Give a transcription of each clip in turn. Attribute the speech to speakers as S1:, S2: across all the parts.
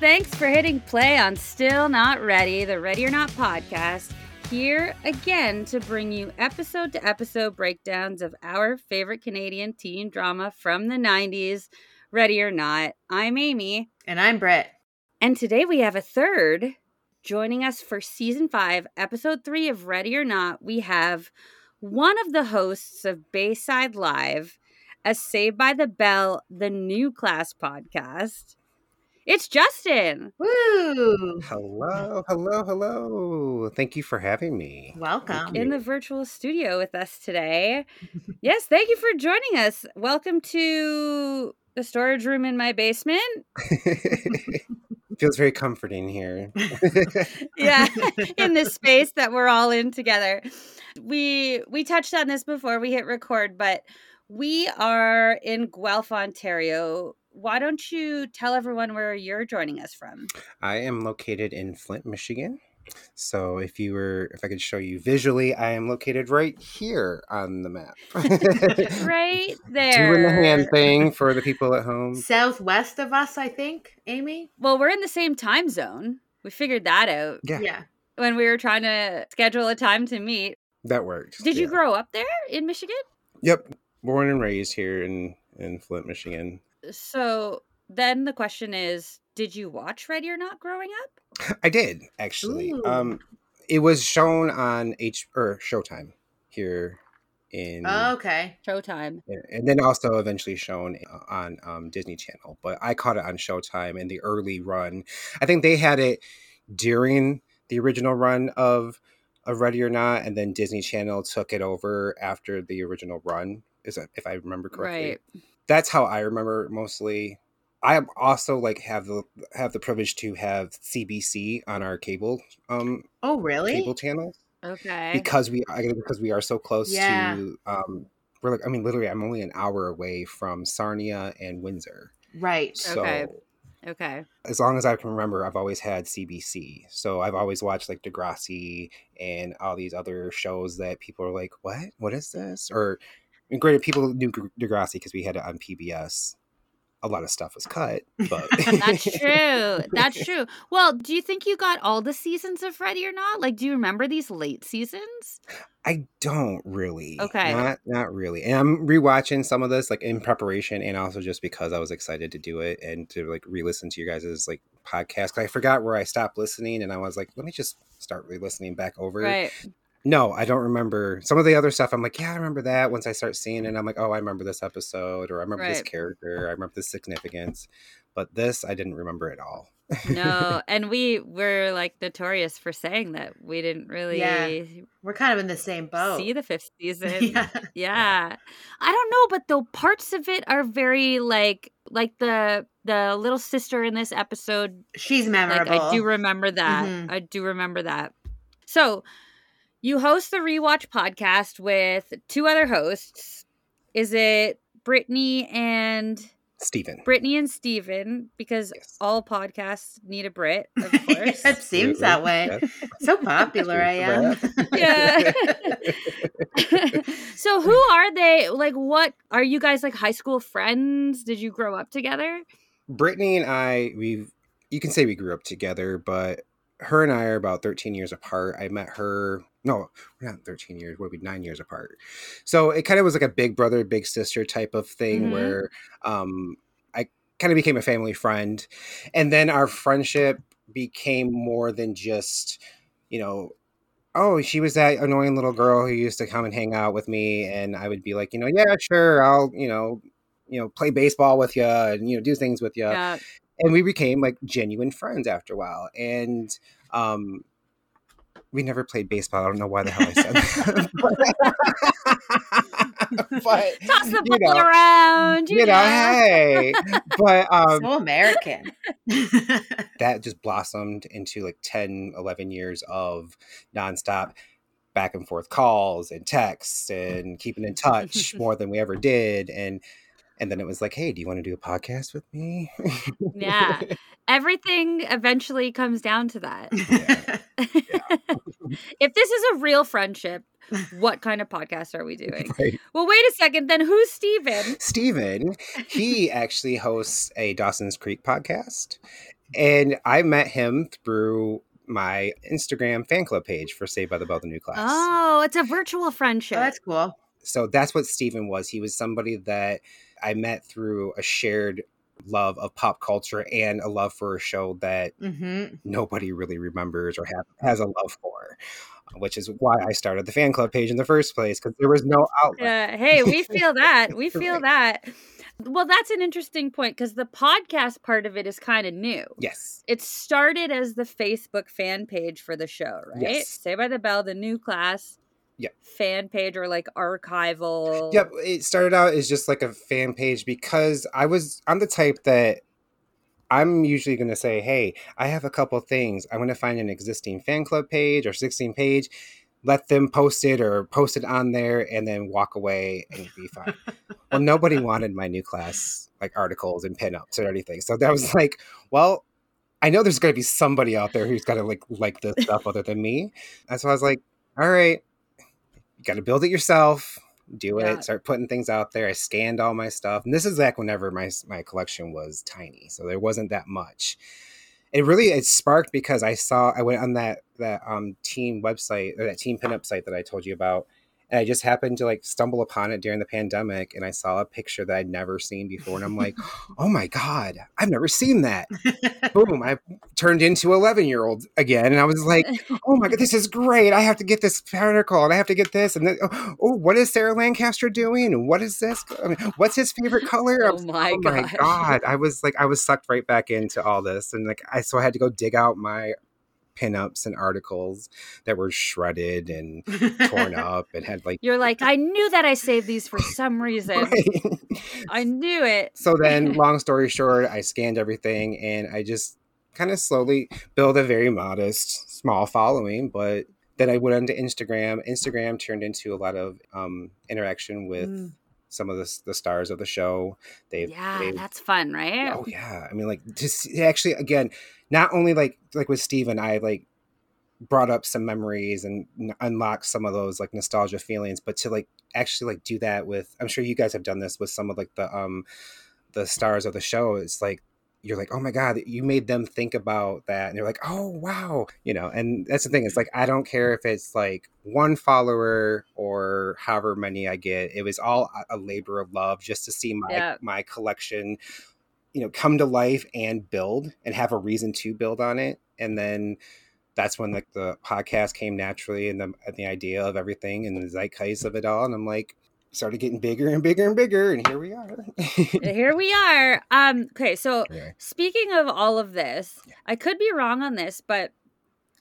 S1: Thanks for hitting play on Still Not Ready, the Ready or Not podcast. Here again to bring you episode to episode breakdowns of our favorite Canadian teen drama from the 90s, Ready or Not. I'm Amy.
S2: And I'm Brett.
S1: And today we have a third joining us for season five, episode three of Ready or Not. We have one of the hosts of Bayside Live, as Saved by the Bell, the new class podcast. It's Justin.
S2: Woo!
S3: Hello, hello, hello. Thank you for having me.
S2: Welcome.
S3: Okay.
S1: in the virtual studio with us today. yes, thank you for joining us. Welcome to the storage room in my basement.
S3: Feels very comforting here.
S1: Yeah, in this space that we're all in together. We we touched on this before we hit record, but we are in Guelph, Ontario. Why don't you tell everyone where you're joining us from?
S3: I am located in Flint, Michigan. So if you were if I could show you visually, I am located right here on the map.
S1: Right there.
S3: Doing the hand thing for the people at home.
S2: Southwest of us, I think, Amy?
S1: Well, we're in the same time zone. We figured that out
S3: Yeah.
S1: when we were trying to schedule a time to meet.
S3: That worked.
S1: Did you
S3: Yeah.
S1: grow up there in Michigan?
S3: Yep. Born and raised here in in Flint, Michigan.
S1: So then the question is, did you watch Ready or Not growing up?
S3: I did actually.
S2: Ooh.
S3: Um it was shown on H or Showtime here in
S2: Okay.
S1: Showtime.
S3: Yeah, and then also eventually shown uh, on um, Disney Channel. But I caught it on Showtime in the early run. I think they had it during the original run of of Ready or Not, and then Disney Channel took it over after the original run. Is that, if I remember correctly?
S1: Right.
S3: That's how I remember mostly. I am also like have the have the privilege to have CBC on our cable um
S2: Oh, really?
S3: cable channel
S1: Okay.
S3: because we I guess because we are so close
S2: Yeah.
S3: to um we're like I mean literally I'm only an hour away from Sarnia and Windsor.
S2: Right.
S3: So
S1: Okay. okay.
S3: as long as I can remember, I've always had CBC. So I've always watched like Degrassi and all these other shows that people are like, "What? What is this?" Or and granted, people knew Gr- Degrassi because we had it on PBS. A lot of stuff was cut, but
S1: That's true. That's true. Well, do you think you got all the seasons of Ready or Not? Like, do you remember these late seasons?
S3: I don't really.
S1: Okay.
S3: Not not really. And I'm rewatching some of this like in preparation and also just because I was excited to do it and to like re-listen to your guys' like podcast. 'Cause I forgot where I stopped listening and I was like, let me just start re-listening back over.
S1: Right.
S3: No, I don't remember some of the other stuff. I'm like, yeah, I remember that. Once I start seeing it, I'm like, oh, I remember this episode or I remember this
S1: Right.
S3: character. I remember this significance. But this I didn't remember at all.
S1: No. and we were like notorious for saying that we didn't really
S2: We're kind of in the same boat.
S1: see the fifth season.
S2: yeah.
S1: Yeah. I don't know, but though parts of it are very like like the the little sister in this episode.
S2: She's
S1: Like
S2: memorable.
S1: I do remember that.
S2: Mhm.
S1: I do remember that. So you host the rewatch podcast with two other hosts. Is it Brittany and
S3: Steven.
S1: Brittany and Steven? Because
S3: Yes.
S1: all podcasts need a Brit, of course.
S2: it seems that way.
S3: Yes.
S2: So popular I am.
S1: yeah. so who are they? Like what are you guys like high school friends? Did you grow up together?
S3: Brittany and I, we you can say we grew up together, but her and I are about 13 years apart. I met her, no, we're not 13 years, we're nine years apart. So it kind of was like a big brother, big sister type of thing
S1: Mhm.
S3: where um, I kind of became a family friend. And then our friendship became more than just, you know, oh, she was that annoying little girl who used to come and hang out with me. And I would be like, you know, yeah, sure, I'll, you know, you know, play baseball with you and, you know, do things with you
S1: Yeah.
S3: and we became like genuine friends after a while and um we never played baseball i don't know why the hell i said that but,
S1: Toss the
S3: you
S1: ball
S3: know,
S1: around. You,
S3: you know
S1: know.
S3: hey but um
S2: so American. Oh,
S3: that just blossomed into like 10 11 years of nonstop back and forth calls and texts and keeping in touch more than we ever did and and then it was like hey do you want to do a podcast with me
S1: Yeah. Everything eventually comes down to that. if this is a real friendship, what kind of podcast are we doing?
S3: Right.
S1: Well, wait a second. Then who's Steven?
S3: Steven, he actually hosts a Dawson's Creek podcast and I met him through my Instagram fan club page for Saved by the Bell, the new class.
S1: Oh, it's a virtual friendship.
S2: Oh, that's cool.
S3: So that's what Steven was. He was somebody that I met through a shared love of pop culture and a love for a show that
S2: Mm-hmm.
S3: nobody really remembers or have, has a love for, which is why I started the fan club page in the first place because there was no outlet.
S1: Yeah, hey, we feel that. We feel
S3: Right.
S1: that. Well, that's an interesting point because the podcast part of it is kind of new.
S3: Yes.
S1: It started as the Facebook fan page for the show, right?
S3: Yes.
S1: Say by the Bell, the new class
S3: Yep.
S1: fan page or like archival.
S3: Yep. It started out as just like a fan page because I was, I'm the type that I'm usually going to say, hey, I have a couple things. I'm going to find an existing fan club page or 16 page, let them post it or post it on there and then walk away and be fine. well, nobody wanted my new class like articles and pinups or anything. So that was like, well, I know there's going to be somebody out there who's going to like like this stuff other than me. And so I was like, all right, you got to build it yourself. Do
S1: Yeah.
S3: it. Start putting things out there. I scanned all my stuff, and this is back whenever my my collection was tiny, so there wasn't that much. It really it sparked because I saw I went on that that um team website or that team pinup site that I told you about, and I just happened to like stumble upon it during the pandemic, and I saw a picture that I'd never seen before, and I'm like, oh my god, I've never seen that. Boom! I turned into 11 year old again, and I was like, oh my god, this is great! I have to get this article, and I have to get this, and then, oh, oh, what is Sarah Lancaster doing? And What is this? I mean, what's his favorite color? I
S1: Oh
S3: was
S1: my,
S3: oh my
S1: gosh.
S3: god i was like i was sucked right back into all this and like i so i had to go dig out my pinups and articles that were shredded and torn up and had like
S1: You're like, I knew that I saved these for some reason. I knew it.
S3: so then long story short i scanned everything and i just kind of slowly built a very modest small following but then i went onto instagram instagram turned into a lot of um, interaction with
S2: Mm.
S3: some of the, the stars of the show they've
S1: Yeah,
S3: they've
S1: that's fun, right?
S3: Oh yeah, I mean, like just actually again, not only like like with Steven, I like brought up some memories and n- unlocked some of those like nostalgia feelings, but to like actually like do that with, I'm sure you guys have done this with some of like the um the stars of the show. It's like you're like, oh my god, you made them think about that, and you're like, oh wow, you know. And that's the thing. It's like I don't care if it's like one follower or however many I get. It was all a- a labor of love just to see my
S1: Yeah.
S3: my collection, you know, come to life and build and have a reason to build on it, and then. That's when like the podcast came naturally, and the and the idea of everything and the zeitgeist of it all, and I'm like started getting bigger and bigger and bigger, and here we are.
S1: Here we are. Um, okay, so
S3: Okay.
S1: Speaking of all of this, I could be wrong on this, but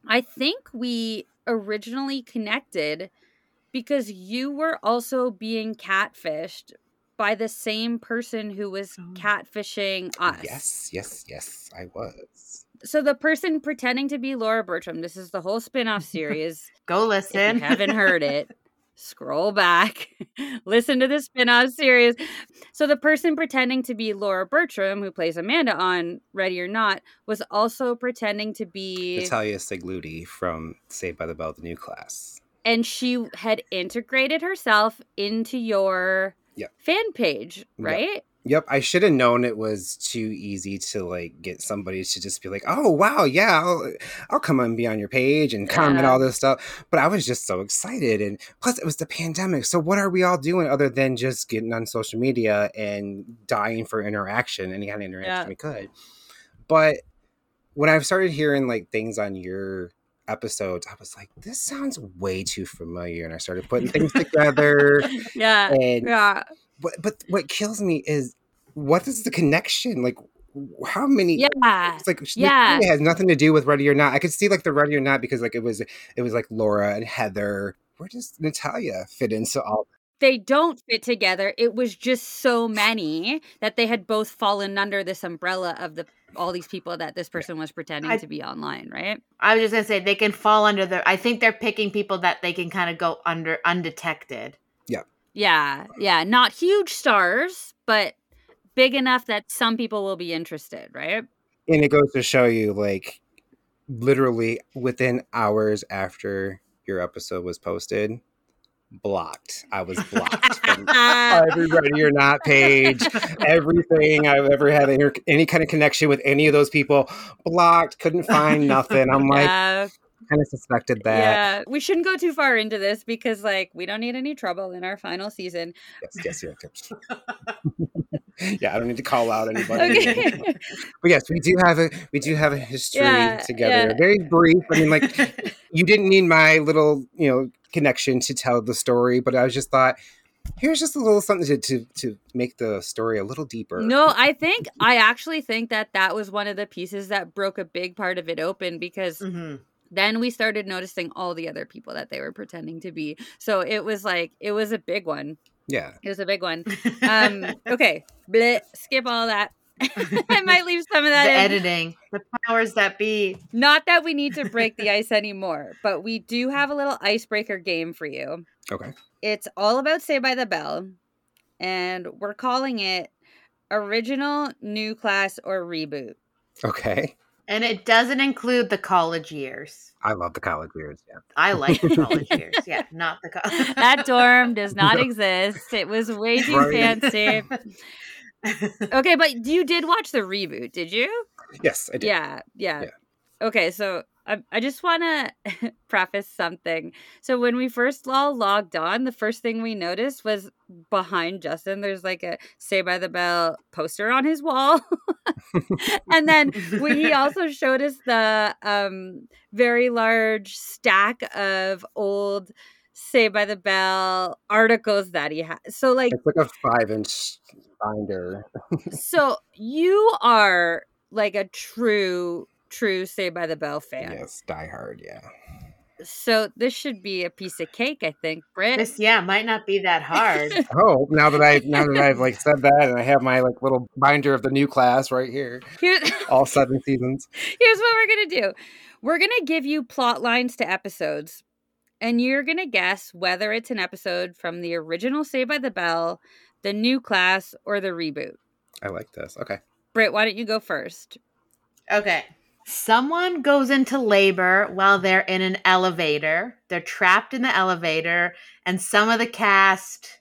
S1: I think we originally connected because you were also being catfished by the same person who was
S2: Oh.
S1: catfishing us.
S3: Yes, yes, yes, I was.
S1: So the person pretending to be Laura Bertram, this is the whole spin-off series.
S2: Go
S1: if
S2: listen.
S1: you haven't heard it, scroll back, listen to the spin-off series. So the person pretending to be Laura Bertram, who plays Amanda on Ready or Not, was also pretending to be
S3: Natalia Sigluti from Saved by the Bell, the new class.
S1: and she had integrated herself into your
S3: Yep.
S1: fan page,
S3: Yep.
S1: right?
S3: Yep, I should have known it was too easy to like get somebody to just be like, "Oh wow, yeah, I'll, I'll come and be on your page and comment
S1: Yeah.
S3: all this stuff." But I was just so excited, and plus it was the pandemic. So what are we all doing other than just getting on social media and dying for interaction, any kind of interaction
S1: Yeah.
S3: we could? But when I've started hearing like things on your episodes, I was like, "This sounds way too familiar," and I started putting things together.
S1: Yeah.
S3: And
S1: Yeah.
S3: but but what kills me is what is the connection? Like wh- how many
S1: Yeah.
S3: it's like it
S1: Yeah.
S3: has nothing to do with ready or not. I could see like the ready or not because like it was it was like Laura and Heather. Where does Natalia fit into all
S1: They don't fit together. It was just so many that they had both fallen under this umbrella of the all these people that this person was pretending
S2: I-
S1: to be online, right?
S2: I was just gonna say they can fall under the. I think they're picking people that they can kind of go under undetected.
S1: Yeah. Yeah. Not huge stars, but big enough that some people will be interested, right?
S3: and it goes to show you like literally within hours after your episode was posted blocked. I was blocked from Oh, everybody or not page. Everything I've ever had any, any kind of connection with any of those people blocked. Couldn't find nothing. I'm like,
S1: Uh,
S3: kind of suspected that.
S1: yeah, we shouldn't go too far into this because, like, we don't need any trouble in our final season.
S3: Yes, yes, yes. yes. yeah, I don't need to call out anybody.
S1: Okay.
S3: But yes, we do have a we do have a history
S1: Yeah,
S3: together.
S1: yeah.
S3: Very brief. I mean, like
S2: Mm-hmm.
S3: you didn't need my little you know connection to tell the story, but I was just thought here's just a little something to to, to make the story a little deeper.
S1: No, I think I actually think that that was one of the pieces that broke a big part of it open because
S3: Mm.
S2: Mhm.
S1: then we started noticing all the other people that they were pretending to be. So it was like it was a big one.
S3: Yeah.
S1: It was a big one. Um, okay, Bleh, skip all that. I might leave some of
S2: the
S1: that in.
S2: editing, the powers that be.
S1: Not that we need to break the ice anymore, but we do have a little icebreaker game for you.
S3: Okay.
S1: It's all about Say by the Bell, and we're calling it Original, New Class, or Reboot.
S3: Okay.
S2: And it doesn't include the college years.
S3: I love the college years. Yeah.
S2: I like the college years. Yeah, not the college.
S1: That dorm does not
S3: No.
S1: exist. It was way too
S3: Right.
S1: fancy. Okay, but you did watch the reboot, did you?
S3: Yes, I did.
S1: Yeah, yeah.
S3: Yeah.
S1: Okay, so I, I just want to preface something. So when we first all logged on, the first thing we noticed was behind Justin, there's like a Say by the Bell poster on his wall, and then we, he also showed us the um, very large stack of old Say by the Bell articles that he had. So like
S3: It's like a five inch binder.
S1: so you are like a true true say by the bell fan
S3: Yes, die hard. Yeah.
S1: so this should be a piece of cake i think Britt.
S2: This, yeah, might not be that hard.
S3: Oh, now that I now that I've like said that, and I have my like little binder of the new class right here,
S1: Here-
S3: all seven seasons.
S1: here's what we're gonna do we're gonna give you plot lines to episodes and you're gonna guess whether it's an episode from the original say by the bell the new class or the reboot
S3: I like this. Okay.
S1: Britt, why don't you go first?
S2: Okay. Someone goes into labor while they're in an elevator. They're trapped in the elevator, and some of the cast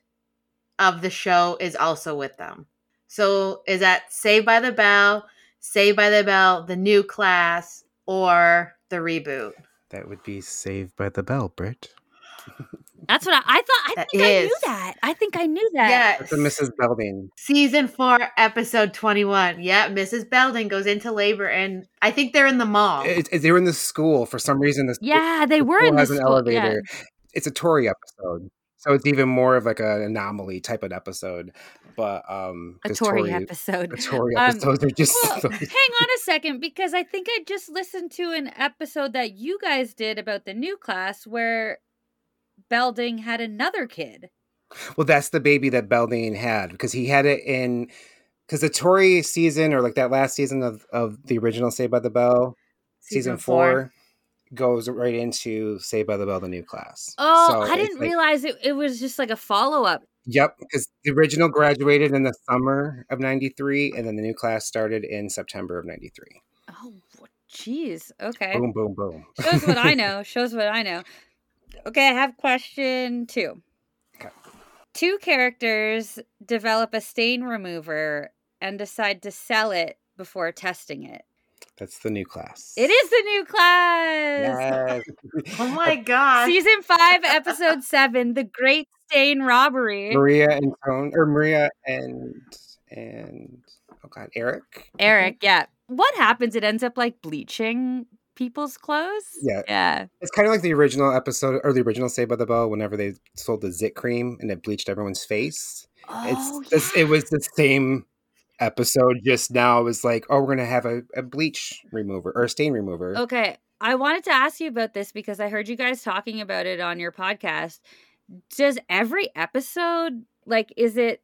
S2: of the show is also with them. So is that Saved by the Bell, Saved by the Bell, the new class, or the reboot?
S3: That would be Saved by the Bell, Britt.
S1: That's what I, I thought. I
S2: That
S1: think I knew
S2: is-
S1: that. I think I knew that.
S2: Yeah.
S3: That's a Mrs. Belding.
S2: Season four, episode twenty-one. Yeah, Mrs. Belding goes into labor, and I think they're in the mall.
S3: It, it- they were in the school for some reason. This
S1: Yeah, they were in the
S3: has
S1: school.
S3: an
S1: yeah.
S3: elevator. It's a Tory episode, so it's even more of like an anomaly type of episode. But um,
S1: a
S3: 'cause
S1: Tory,
S3: Tory-
S1: episode.
S3: The Tory
S1: Um,
S3: episodes are just
S1: Well,
S3: so-
S1: hang on a second, because I think I just listened to an episode that you guys did about the new class where Belding had another kid.
S3: Well, that's the baby that Belding had because he had it in because the Tory season or like that last season of of the original Saved by the Bell season, four, goes right into Saved by the Bell the new class.
S1: Oh,
S3: So
S1: I
S3: it's
S1: didn't
S3: like-
S1: realize it, it was just like a follow up.
S3: Yep, because the original graduated in the summer of '93, and then the new class started in September of '93.
S1: Oh, jeez. Okay.
S3: Boom, boom, boom.
S1: Shows what I know. Shows what I know. Okay, I have question two.
S3: Okay.
S1: Two characters develop a stain remover and decide to sell it before testing it.
S3: That's the new class.
S1: It is the new class.
S3: Yes.
S2: Oh my god!
S1: Season five, episode seven, the Great Stain Robbery.
S3: Maria and Tone, or Maria and and oh god, Eric. I think?
S1: Eric, yeah. What happens? It ends up like bleaching people's clothes.
S3: Yeah.
S1: Yeah.
S3: It's kind of like the original episode or the original Saved by the Bell whenever they sold the zit cream and it bleached everyone's face.
S1: Oh,
S3: it's this, it was the same episode just now. It was like, oh, we're gonna have a, a bleach remover or a stain remover.
S1: Okay. I wanted to ask you about this because I heard you guys talking about it on your podcast. Does every episode, like, is it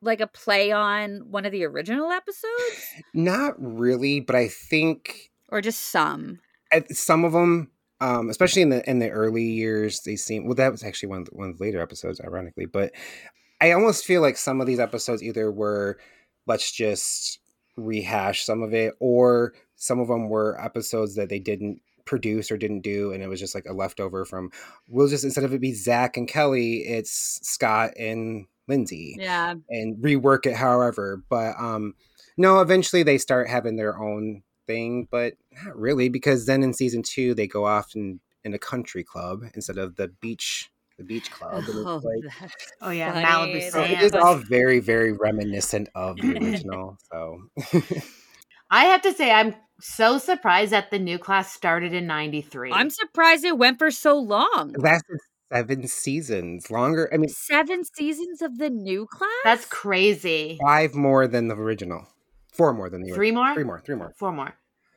S1: like a play on one of the original episodes
S3: Not really, but I think
S1: or just some?
S3: at some of them, um, especially in the in the early years, they seem well. That was actually one of the, one of the later episodes, ironically. But I almost feel like some of these episodes either were let's just rehash some of it, or some of them were episodes that they didn't produce or didn't do, and it was just like a leftover from. We'll just instead of it be Zach and Kelly, it's Scott and Lindsay,
S1: Yeah.
S3: and rework it however. But um, no, eventually they start having their own thing, but not really because then in season two they go off in in a country club instead of the beach the beach club. and Uh, it's
S1: Oh,
S3: like-
S1: that's
S2: Oh, yeah,
S1: funny.
S2: Malibu
S3: so it
S2: Sand.
S3: Oh, is all very, very reminiscent of the original. So
S2: I have to say, I'm so surprised that the new class started in 93.
S1: I'm surprised it went for so long.
S3: it lasted seven seasons longer. I mean,
S1: Seven seasons of the new class?
S2: That's crazy.
S3: five more than the original, four more than the original,
S2: Three more?
S3: three more, three more,
S2: Four more.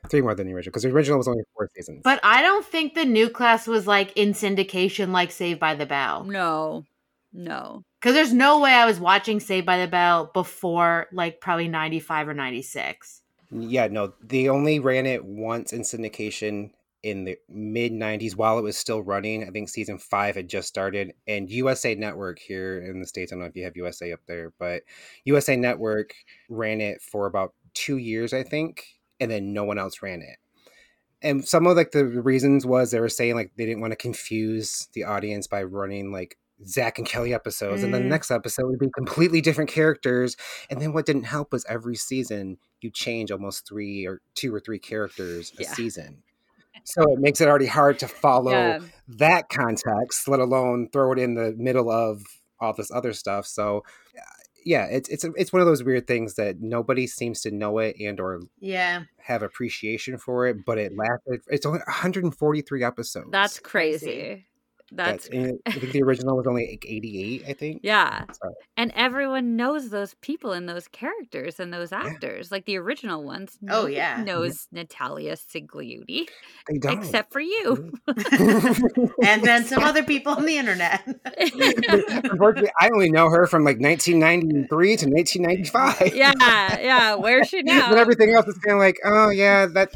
S3: three more than the original because the original was only four seasons.
S2: But I don't think the new class was like in syndication like Saved by the Bell.
S1: No. No.
S2: Because there's no way I was watching Saved by the Bell before like probably 95 or 96.
S3: yeah, no, they only ran it once in syndication in the mid 90s while it was still running. I think season five had just started, and USA Network here in the States. I don't know if you have USA up there, but USA Network ran it for about two years, I think, and then no one else ran it. And some of like the reasons was they were saying like they didn't want to confuse the audience by running like Zach and Kelly episodes, and then the
S2: Mm.
S3: next episode would be completely different characters. And then what didn't help was every season you change almost three or two or three characters a
S1: Yeah.
S3: season. So it makes it already hard to follow
S1: Yeah.
S3: that context, let alone throw it in the middle of all this other stuff. So uh, yeah, it's it's it's one of those weird things that nobody seems to know it and or
S2: Yeah.
S3: have appreciation for it, but it lasted. It's only 143 episodes.
S1: That's
S2: crazy.
S1: crazy. That's
S3: and I think the original was only like 88, I think.
S1: yeah.
S3: So,
S1: And everyone knows those people and those characters and those actors. Like the original ones.
S2: Oh,
S1: nobody
S2: yeah.
S1: Knows Natalia Sigliuti.
S3: I don't.
S1: Except for you.
S2: And then some other people on the internet.
S3: Unfortunately, I only know her from like 1993 to 1995.
S1: yeah, yeah. Where's she now?
S3: but everything else is kind of like, oh yeah, that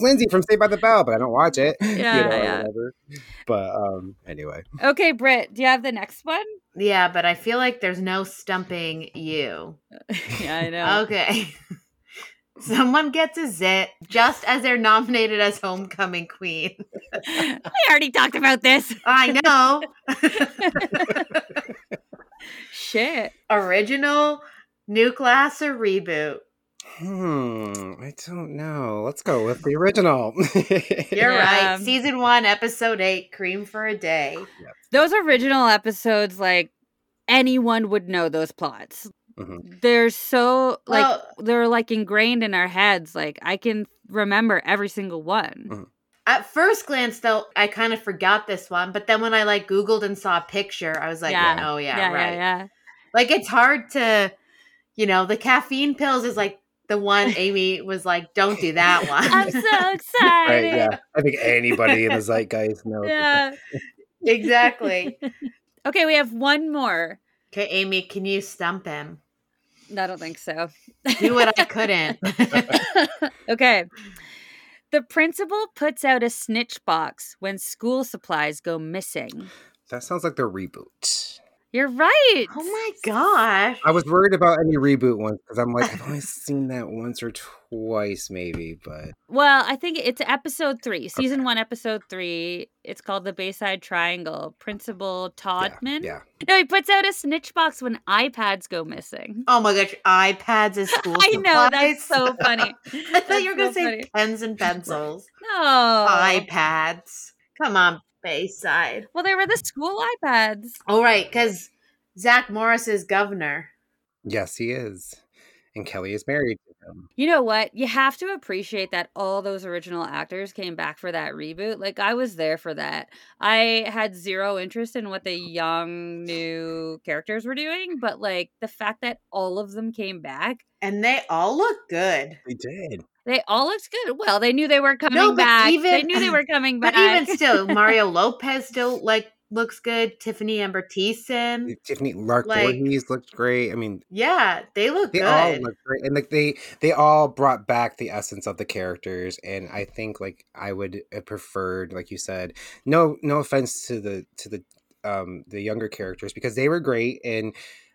S3: Lindsay from Saved by the Bell, but I don't watch it. Yeah,
S1: Yeah, yeah.
S3: whatever. But um, anyway,
S1: Okay, Britt, do you have the next one?
S2: yeah, but I feel like there's no stumping you.
S1: yeah, I know.
S2: Okay. Someone gets a zit just as they're nominated as homecoming queen. Oh.
S1: we already talked about this.
S2: I know.
S1: Shit.
S2: Original, new class, or reboot.
S3: hmm, I don't know. Let's go with the original.
S2: You're
S1: Yeah.
S2: right. Season one, episode eight, Cream for a Day.
S1: Those original episodes, like anyone would know those plots.
S3: Mhm.
S1: They're so like
S2: Well-
S1: they're like ingrained in our heads. Like I can remember every single
S3: Mhm.
S1: one.
S2: At first glance, though, I kind of forgot this one, but then when I like Googled and saw a picture, I was like,
S1: Yeah.
S2: oh, yeah,
S1: yeah,
S2: right.
S1: yeah,
S2: Like, it's hard to, you know, the caffeine pills is like the one Amy was like, don't do that
S1: I'm
S2: one.
S1: so
S3: Right,
S1: excited.
S3: yeah. I think anybody in the zeitgeist knows.
S1: yeah.
S2: exactly.
S1: Okay, we have one more.
S2: Okay, Amy, can you stump him?
S1: No, I don't think so.
S2: Do what I couldn't.
S1: okay. The principal puts out a snitch box when school supplies go missing.
S3: That sounds like the reboot.
S1: You're right.
S2: oh my gosh.
S3: I was worried about any reboot ones because I'm like, I've only seen that once or twice, maybe. But
S1: Well, I think it's episode three, season one, episode three. It's called the Bayside Triangle. Principal
S3: yeah,
S1: Todman.
S3: yeah.
S1: No, he puts out a snitch box when iPads go missing.
S2: Oh my gosh, iPads is school.
S1: I know that's
S2: supplies.
S1: so funny.
S2: Oh, I thought you were gonna
S1: That's so
S2: say
S1: funny. Oh.
S2: pens and pencils.
S1: No.
S2: iPads. Come on, Bayside.
S1: well, they were the school iPads.
S2: All right, because Zach Morris is governor.
S3: Yes, he is, and Kelly is married to him.
S1: You know what? You have to appreciate that all those original actors came back for that reboot. Like I was there for that. I had zero interest in what the young new characters were doing, but like the fact that all of them came back,
S2: And they all look good.
S3: They did.
S1: they all looked good. Well, they knew they were coming
S2: No, but
S1: back. they
S2: even-
S1: knew they were coming
S2: But
S1: back.
S2: even still, Mario Lopez still like looks good. Tiffany Amber Thiessen.
S3: Tiffany Lark
S2: Like-
S3: Voorhees looked great. I mean,
S2: Yeah, they look
S3: they all
S2: good.
S3: look great and like they they all brought back the essence of the characters and i think like i would have preferred like you said no no offense to the to the um the younger characters because they were great and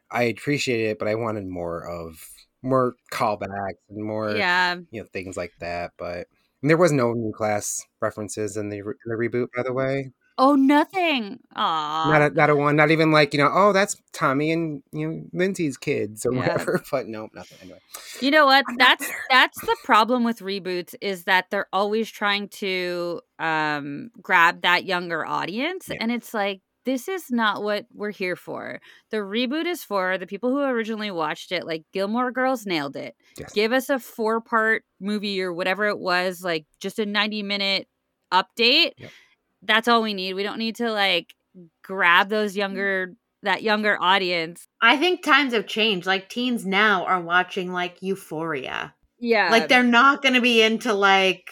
S3: i appreciated it but i wanted more of more callbacks and more
S1: yeah.
S3: you know things like that but And there was no new class references in the, re- in the reboot, by the way.
S1: Oh, nothing. Aw.
S3: Not a, not a one. Not even like you know. Oh, that's Tommy and you know Lindsay's kids or
S1: Yeah.
S3: whatever. But no, nothing. Anyway,
S1: You know what?
S3: I'm not
S1: That's that's the problem with reboots is that they're always trying to um grab that younger audience
S3: Yeah.
S1: and it's like this is not what we're here for. The reboot is for the people who originally watched it like Gilmore Girls nailed it.
S3: Yes.
S1: Give us a four-part movie or whatever it was like just a 90-minute update.
S3: Yep.
S1: That's all we need. We don't need to like grab those
S3: Mm.
S1: younger that younger audience.
S2: I think times have changed. Like teens now are watching like Euphoria.
S1: Yeah.
S2: like they're not going to be into like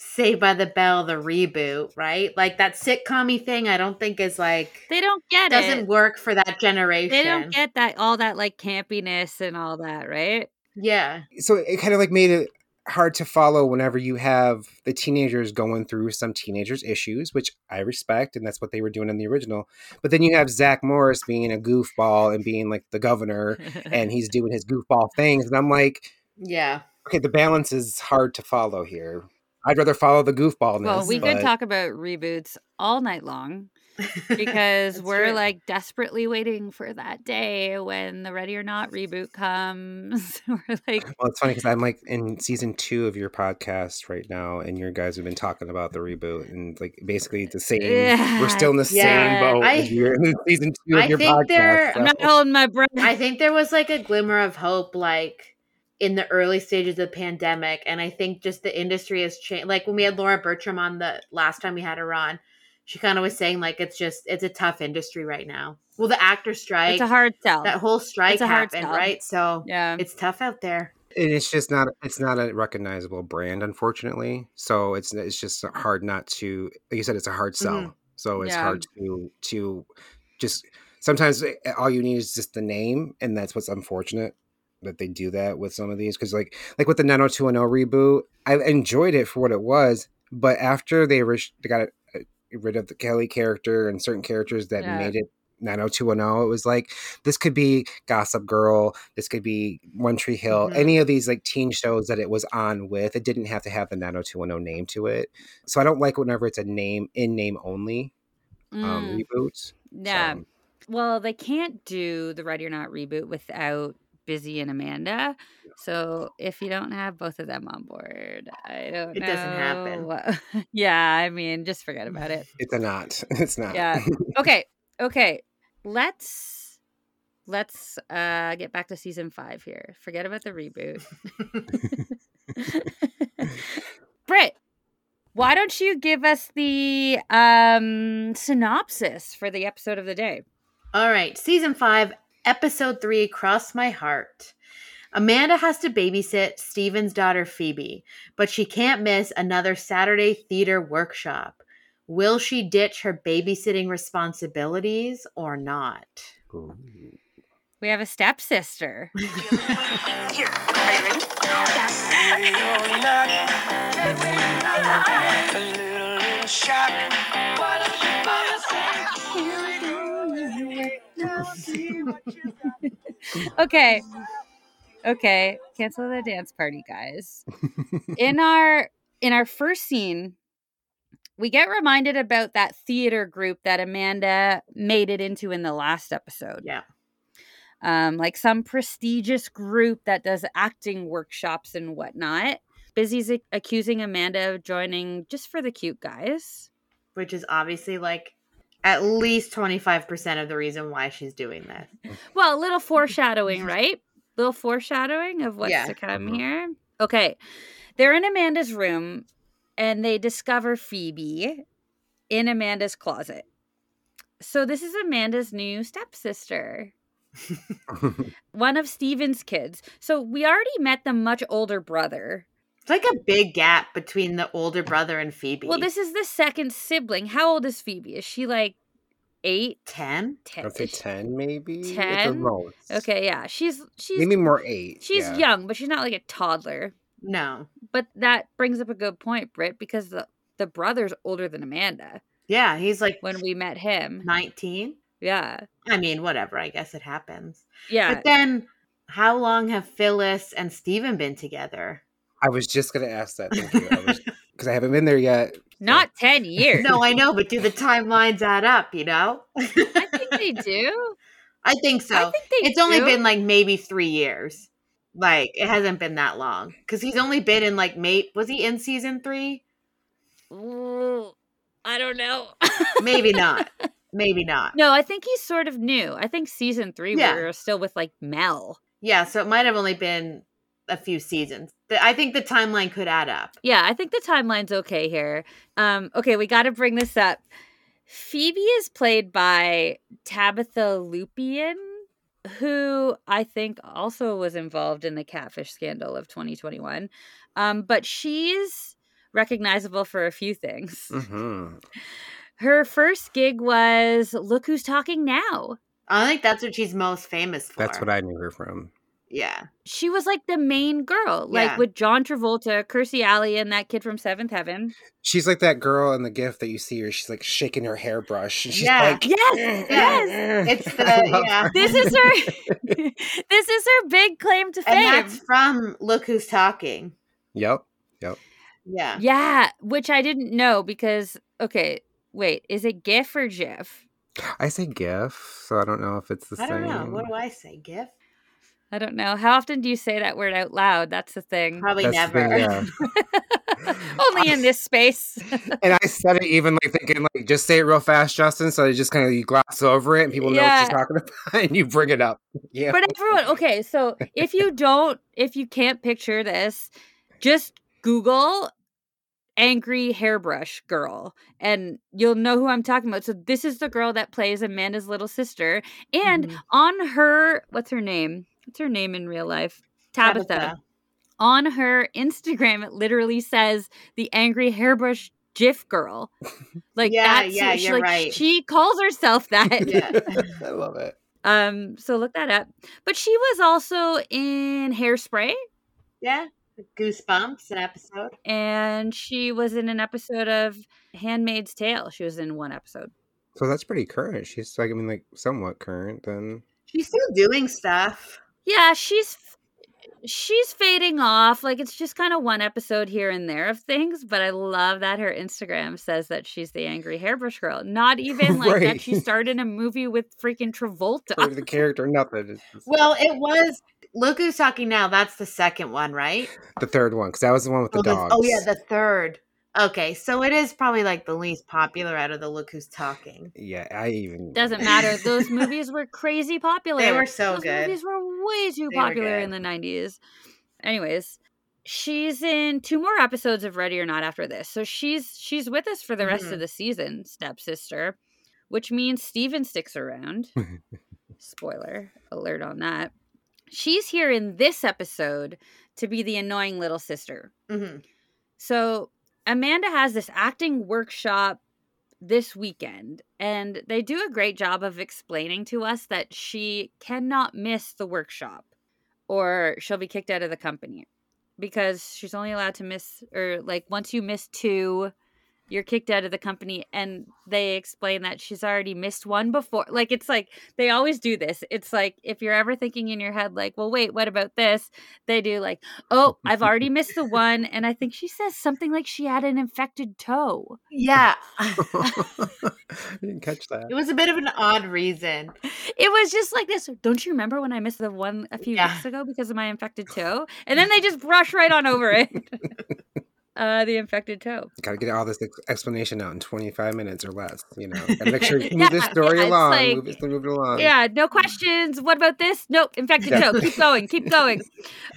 S2: Saved by the Bell the reboot, right? Like that sitcom thing. I don't think is like
S1: they don't get it.
S2: doesn't work for that generation.
S1: they don't get that all that like campiness and all that right
S2: yeah.
S3: so it kind of like made it hard to follow whenever you have the teenagers going through some teenagers issues which i respect and that's what they were doing in the original but then you have zach morris being a goofball and being like the governor and he's doing his goofball things and i'm like
S2: Yeah.
S3: okay the balance is hard to follow here i'd rather follow the goofballness
S1: well we
S3: but-
S1: could talk about reboots all night long because
S2: That's
S1: we're
S2: true.
S1: like desperately waiting for that day when the ready or not reboot comes we're like
S3: well it's funny because i'm like in season two of your podcast right now and your guys have been talking about the reboot and like basically the same we're
S1: Yeah,
S3: still in the
S1: yeah.
S3: same boat
S2: I-
S3: as you're in season two of
S2: I
S3: your
S2: think
S3: podcast
S2: they're-
S1: i'm not
S3: so-
S1: holding my breath
S2: I think there was like a glimmer of hope, like in the early stages of the pandemic, and I think just the industry has changed. Like when we had Laura Bertram on the last time we had her on, she kind of was saying like it's just it's a tough industry right now. Well, the actor strike,
S1: it's a hard sell
S2: that whole strike
S1: It's a hard
S2: happened,
S1: sell.
S2: right? So
S1: yeah
S2: it's tough out there.
S3: and it's just not it's not a recognizable brand unfortunately so it's it's just hard not to like you said it's a hard sell
S2: Mhm.
S3: so it's
S1: Mm-hmm. Yeah.
S3: hard to to just sometimes eh, all you need is just the name and that's what's unfortunate that they do that with some of these because like like with the 90210 reboot i enjoyed it for what it was but after they ri- they got eh, rid of the kelly character and certain characters that
S1: Yeah.
S3: made it 90210 oh, it was like this could be gossip girl this could be one tree hill
S1: Mm-hmm.
S2: Mhm.
S3: any of these like teen shows that it was on with it didn't have to have the 90210 name to it so i don't like whenever it's a name in name only um
S1: Mm,
S3: reboot
S1: yeah
S3: so,
S1: Well, they can't do the Ready or Not reboot without Busy and Amanda. So if you don't have both of them on board, I don't
S2: It
S1: know.
S2: doesn't happen.
S1: what- yeah, I mean, just forget about it.
S3: it's a not it's not
S1: Yeah. Okay. Okay. Let's let's uh get back to season 5 here. Forget about the reboot. Britt, why don't you give us the um synopsis for the episode of the day?
S2: All right, season five, episode three, Cross My Heart. Amanda has to babysit Steven's daughter Phoebe, but she can't miss another Saturday theater workshop. Will she ditch her babysitting responsibilities or not?
S3: Ooh.
S1: We have a stepsister.
S4: Here, are you ready?
S1: okay. Okay. Cancel the dance party, guys. in our in our first scene, we get reminded about that theater group that Amanda made it into in the last episode.
S2: Yeah.
S1: Um, like some prestigious group that does acting workshops and whatnot. Busy's ac- accusing Amanda of joining just for the cute guys.
S2: Which is obviously like at least 25% of the reason why she's doing this.
S1: Well, a little foreshadowing, right? Little foreshadowing of what's
S2: Yeah.
S1: to come
S3: Mhm.
S1: here. Okay. They're in Amanda's room and they discover Phoebe in Amanda's closet. So this is Amanda's new stepsister, one of Steven's kids. So we already met the much older brother.
S2: It's like a big gap between the older brother and Phoebe.
S1: Well, this is the second sibling. How old is Phoebe? Is she like eight,
S2: 10?
S1: ten?
S3: i'd say 10 maybe at the
S1: 10?
S3: most
S1: Eh, Okay, yeah. She's she's
S3: maybe more eight
S1: she's
S3: yeah.
S1: young, but she's not like a toddler.
S2: No.
S1: But that brings up a good point, Britt, because the the brother's older than Amanda
S2: Yeah, he's like
S1: when we met him.
S2: 19.
S1: Yeah.
S2: I mean, whatever. I guess it happens.
S1: Yeah.
S2: But then, how long have Phyllis and Steven been together?
S3: I was just going to ask that. Thank you. Because I, haven't been there yet.
S1: Not 10 years.
S2: No, I know, but do the timelines add up, you know?
S1: I think they do.
S2: I think so.
S1: I think they
S2: it's only
S1: do.
S2: been like maybe three years. Like it hasn't been that long because he's only been in like mate. Was he in season three?
S1: Ooh, I don't know.
S2: Maybe not. Maybe not.
S1: no, I think he's sort of new. I think season three,
S2: Yeah.
S1: we were still with like Mel.
S2: Yeah, so it might have only been a few seasons. The- I think the timeline could add up.
S1: Yeah, I think the timeline's okay here. Um, okay, we got to bring this up. Phoebe is played by Tabitha Lupien, who I think also was involved in the catfish scandal of 2021. Um, but she's recognizable for a few things.
S3: Mm-hmm.
S1: Her first gig was Look Who's Talking Now.
S2: I think that's what she's most famous for.
S3: That's what I knew her from.
S2: Yeah.
S1: She was like the main girl, like
S2: Yeah.
S1: with John Travolta, Kirstie Alley, and that kid from Seventh Heaven.
S3: She's like that girl in the gift that you see her. She's like shaking her hairbrush. And she's
S2: Yeah.
S3: like,
S1: Yes, yes.
S2: It's the
S3: I love
S2: yeah.
S3: her.
S1: This is her. this is her big claim to
S2: And
S1: fame.
S2: that's from Look Who's Talking.
S3: Yep.
S2: Yeah.
S1: Yeah, which I didn't know because okay, wait, is it GIF or GIF?
S3: I say GIF, so I don't know if it's the
S2: I
S3: same.
S2: don't know. What do I say? GIF?
S1: I don't know. How often do you say that word out loud? That's the thing.
S2: Probably
S3: That's the uh,
S2: never.
S3: thing, yeah.
S1: Only in this space.
S3: and I said it even like thinking like just say it real fast, Justin, so you just kind of you gloss over it and people know what
S1: Yeah.
S3: you're talking about and you bring it up. Yeah.
S1: but everyone okay so if you don't if you can't picture this just google angry hairbrush girl and you'll know who i'm talking about so this is the girl that plays amanda's little sister and
S2: Mhm.
S1: on her what's her name what's her name in real life tabitha,
S2: Tabitha.
S1: on her instagram it literally says the angry hairbrush gif girl like
S2: Yeah,
S1: that's
S2: yeah,
S1: she,
S2: you're
S1: like,
S2: right.
S1: she calls herself that
S2: Yeah.
S3: I love it.
S1: um, so look that up. But she was also in Hairspray,
S2: Yeah. Goosebumps, an episode.
S1: and she was in an episode of Handmaid's Tale. She was in one episode.
S3: So that's pretty current. She's like I mean like somewhat current then.
S2: She's still doing stuff.
S1: Yeah, she's she's fading off. Like it's just kind of one episode here and there of things. But I love that her Instagram says that she's the angry hairbrush girl. Not even like that
S3: Right.
S1: she starred in a movie with freaking
S3: Or
S1: Travolta.
S3: the character, nothing. It's just
S2: Well, it was Look Who's Talking Now. That's the second one, right?
S3: the third one, because that was the one with the
S2: oh, that's-
S3: dogs.
S2: oh, yeah, the third. Okay, so it is probably like the least popular out of the Look Who's Talking.
S3: yeah, I even
S1: Doesn't matter. Those movies were crazy popular.
S2: They were so
S1: Those
S2: good.
S1: movies were way too
S2: They were
S1: popular in the 90s. Anyways, she's in two more episodes of Ready or Not after this. So she's she's with us for the rest of
S2: Mhm.
S1: the season, stepsister, which means Steven sticks around. Spoiler alert on that. She's here in this episode to be the annoying little sister.
S2: Mhm.
S1: So Amanda has this acting workshop this weekend, and they do a great job of explaining to us that she cannot miss the workshop or she'll be kicked out of the company because she's only allowed to miss, or like once you miss two, you're kicked out of the company. And they explain that she's already missed one before. Like, it's like they always do this. It's like if you're ever thinking in your head, like, well, wait, what about this? They do like, oh, I've already missed the one. And I think she says something like she had an infected toe.
S2: Yeah,
S3: I didn't catch that.
S2: it was a bit of an odd reason.
S1: It was just like this. Don't you remember when I missed the one a few
S2: Yeah.
S1: weeks ago because of my infected toe? And then they just brush right on over it. uh, the infected toe.
S3: Gotta get all this ex- explanation out in 25 minutes or less, you know. Gotta make sure you move this
S1: Yeah,
S3: story
S1: yeah, it's
S3: along,
S1: like-
S3: move, it, move it along.
S1: Yeah, no questions. What about this? Nope, infected
S3: Oh, Yeah.
S1: toe. Keep going, keep going.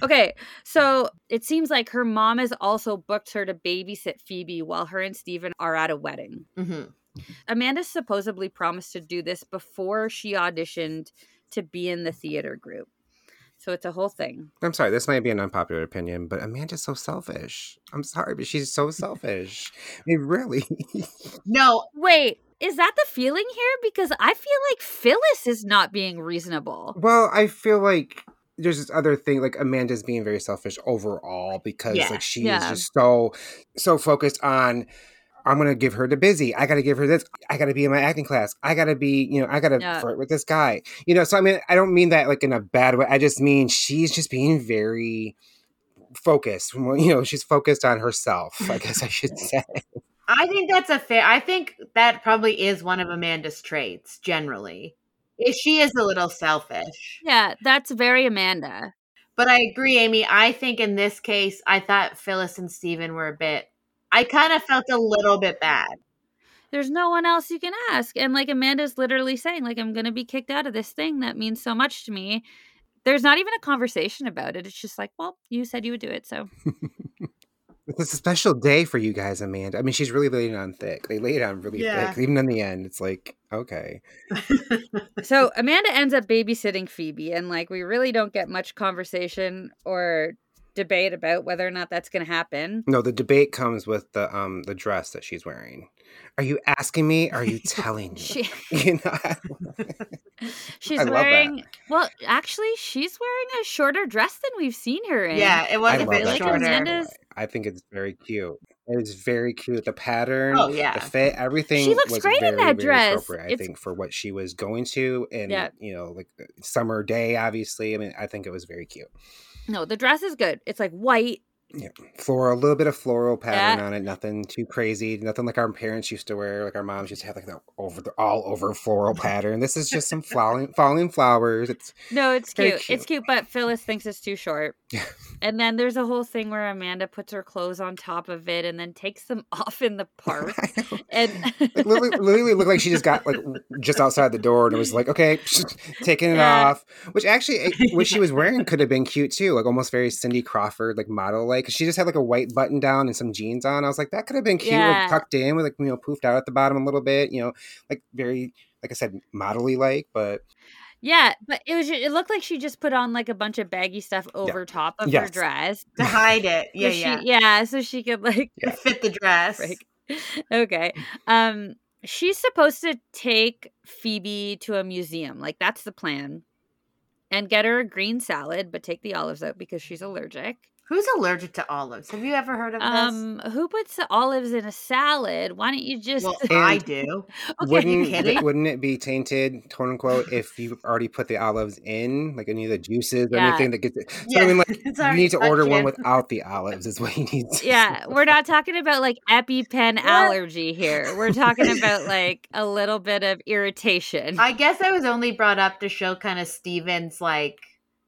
S1: Okay, so it seems like her mom has also booked her to babysit Phoebe while her and Steven are at a wedding.
S2: hmm
S1: Amanda supposedly promised to do this before she auditioned to be in the theater group. So it's a whole thing.
S3: I'm sorry, this might be an unpopular opinion, but Amanda's so selfish. I'm sorry, but she's so selfish. I mean, really.
S2: No,
S1: Wait, is that the feeling here? Because I feel like Phyllis is not being reasonable.
S3: well, I feel like there's this other thing, like Amanda's being very selfish overall because
S2: Yeah,
S3: like she
S1: yeah.
S3: is just so so focused on I'm gonna give her to busy. I gotta give her this. I gotta be in my acting class. I gotta be, you know, I gotta
S1: Yeah.
S3: flirt with this guy. You know, so I mean I don't mean that like in a bad way. I just mean she's just being very focused. Well, You know, she's focused on herself. I guess I should say.
S2: I think that's a fair. I think that probably is one of Amanda's traits generally. Is she is a little selfish.
S1: Yeah, that's very Amanda.
S2: But I agree, Amy. I think in this case, I thought Phyllis and Steven were a bit. I kind of felt a little bit bad.
S1: There's no one else you can ask. And like Amanda's literally saying, like, I'm going to be kicked out of this thing that means so much to me. There's not even a conversation about it. It's just like, well, you said you would do it. So
S3: It's a special day for you guys, Amanda. I mean, she's really laying it on thick. They lay it on really
S2: Yeah.
S3: thick. Even in the end, it's like, okay.
S1: so Amanda ends up babysitting Phoebe, and like we really don't get much conversation or debate about whether or not that's going to happen.
S3: No, the debate comes with the um the dress that she's wearing. Are you asking me? Are you telling me?
S1: She
S3: you know,
S1: she's
S3: I love that.
S1: wearing well, actually, she's wearing a shorter dress than we've seen her in.
S2: Yeah, it was
S3: I
S2: a
S3: love
S2: bit
S3: that.
S1: Like
S2: shorter.
S1: Amanda's-
S3: I think it's very cute. It is very cute. The pattern,
S2: Oh, yeah.
S3: the fit, everything.
S1: She looks
S3: was
S1: great in
S3: very,
S1: that
S3: very
S1: dress.
S3: Appropriate, I
S1: It's-
S3: think for what she was going to, and
S1: Yeah.
S3: you know, like uh, summer day. Obviously, I mean, I think it was very cute.
S1: No, the dress is good. It's like white.
S3: Floral, a little bit of floral pattern
S1: Yeah.
S3: on it. Nothing too crazy. Nothing like our parents used to wear. Like our moms used to have like the over the all over floral pattern. This is just some falling falling flowers. It's
S1: No, it's
S3: Very
S1: cute. It's cute, but Phyllis thinks it's too short.
S3: Yeah.
S1: and then there's a whole thing where Amanda puts her clothes on top of it and then takes them off in the park. and
S3: Like Lily, Lily looked like she just got like just outside the door and it was like, okay, taking it
S1: Yeah.
S3: off. Which actually, it- what she was wearing could have been cute too, like almost very Cindy Crawford, like model like. She just had like a white button down and some jeans on. I was like, that could have been cute,
S1: Yeah.
S3: like tucked in with like you know poofed out at the bottom a little bit, you know, like very like I said, modelly like. But
S1: yeah, but it was ju- it looked like she just put on like a bunch of baggy stuff over top of her
S3: Yes.
S1: dress.
S2: to hide it.
S1: So
S2: Yeah,
S1: she-
S2: yeah.
S1: yeah, so she could like
S3: Yeah.
S2: To fit the dress.
S1: break. Okay. Um she's supposed to take Phoebe to a museum. Like that's the plan. And get her a green salad, but take the olives out because she's allergic.
S2: Who's allergic to olives? Have you ever heard of this?
S1: Um who puts the olives in a salad? Why don't you just
S2: well,
S1: Okay,
S2: I
S3: And-
S2: do.
S1: you
S3: wouldn't
S1: can't-
S2: kidding?
S3: wouldn't it be tainted, quote unquote, if you already put the olives in, like any of the juices or
S1: Yeah.
S3: anything that gets? So I mean, like.
S2: it's
S3: you
S2: already
S3: need to order one
S2: touching.
S3: without the olives. Is what you need. To
S1: Yeah, we're not talking about like EpiPen allergy here. We're talking about like a little bit of irritation.
S2: I guess I was only brought up to show kind of Steven's like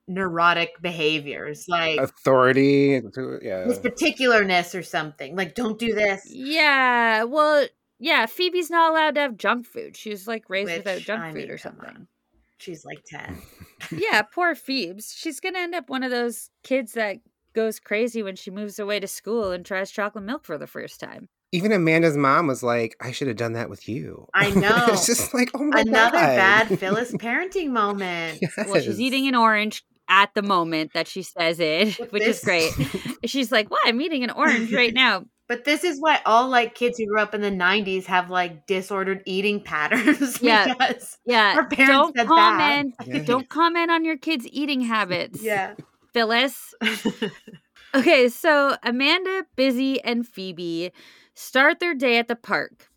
S2: neurotic behaviors, like
S3: authority. to- Yeah,
S2: his particularness or something. Like, don't do this.
S1: Yeah, well, yeah, Phoebe's not allowed to have junk food. She was like raised
S2: Which,
S1: without junk
S2: I
S1: food
S2: mean,
S1: or
S2: come
S1: something.
S2: She's like 10.
S1: yeah, poor Phoebes. She's gonna end up one of those kids that goes crazy when she moves away to school and tries chocolate milk for the first time.
S3: even Amanda's mom was like, "I should have done that with you."
S2: I know.
S3: it's just like, oh my
S2: Another
S3: God.
S2: bad Phyllis parenting moment.
S1: Well, she's
S3: Yes.
S1: eating an orange at the moment that she says it,
S2: With
S1: which is
S2: this-
S1: great. She's like, "Why? I'm eating an orange right now."
S2: But this is why all like kids who grew up in the 90s have like disordered eating patterns.
S1: Yeah.
S2: Because
S1: Yeah,
S2: Her parents
S1: don't
S2: said that.
S1: comment.
S3: Yeah.
S1: Don't comment on your kids' eating habits.
S2: yeah.
S1: Phyllis. Okay, so Amanda, Busy, and Phoebe start their day at the park.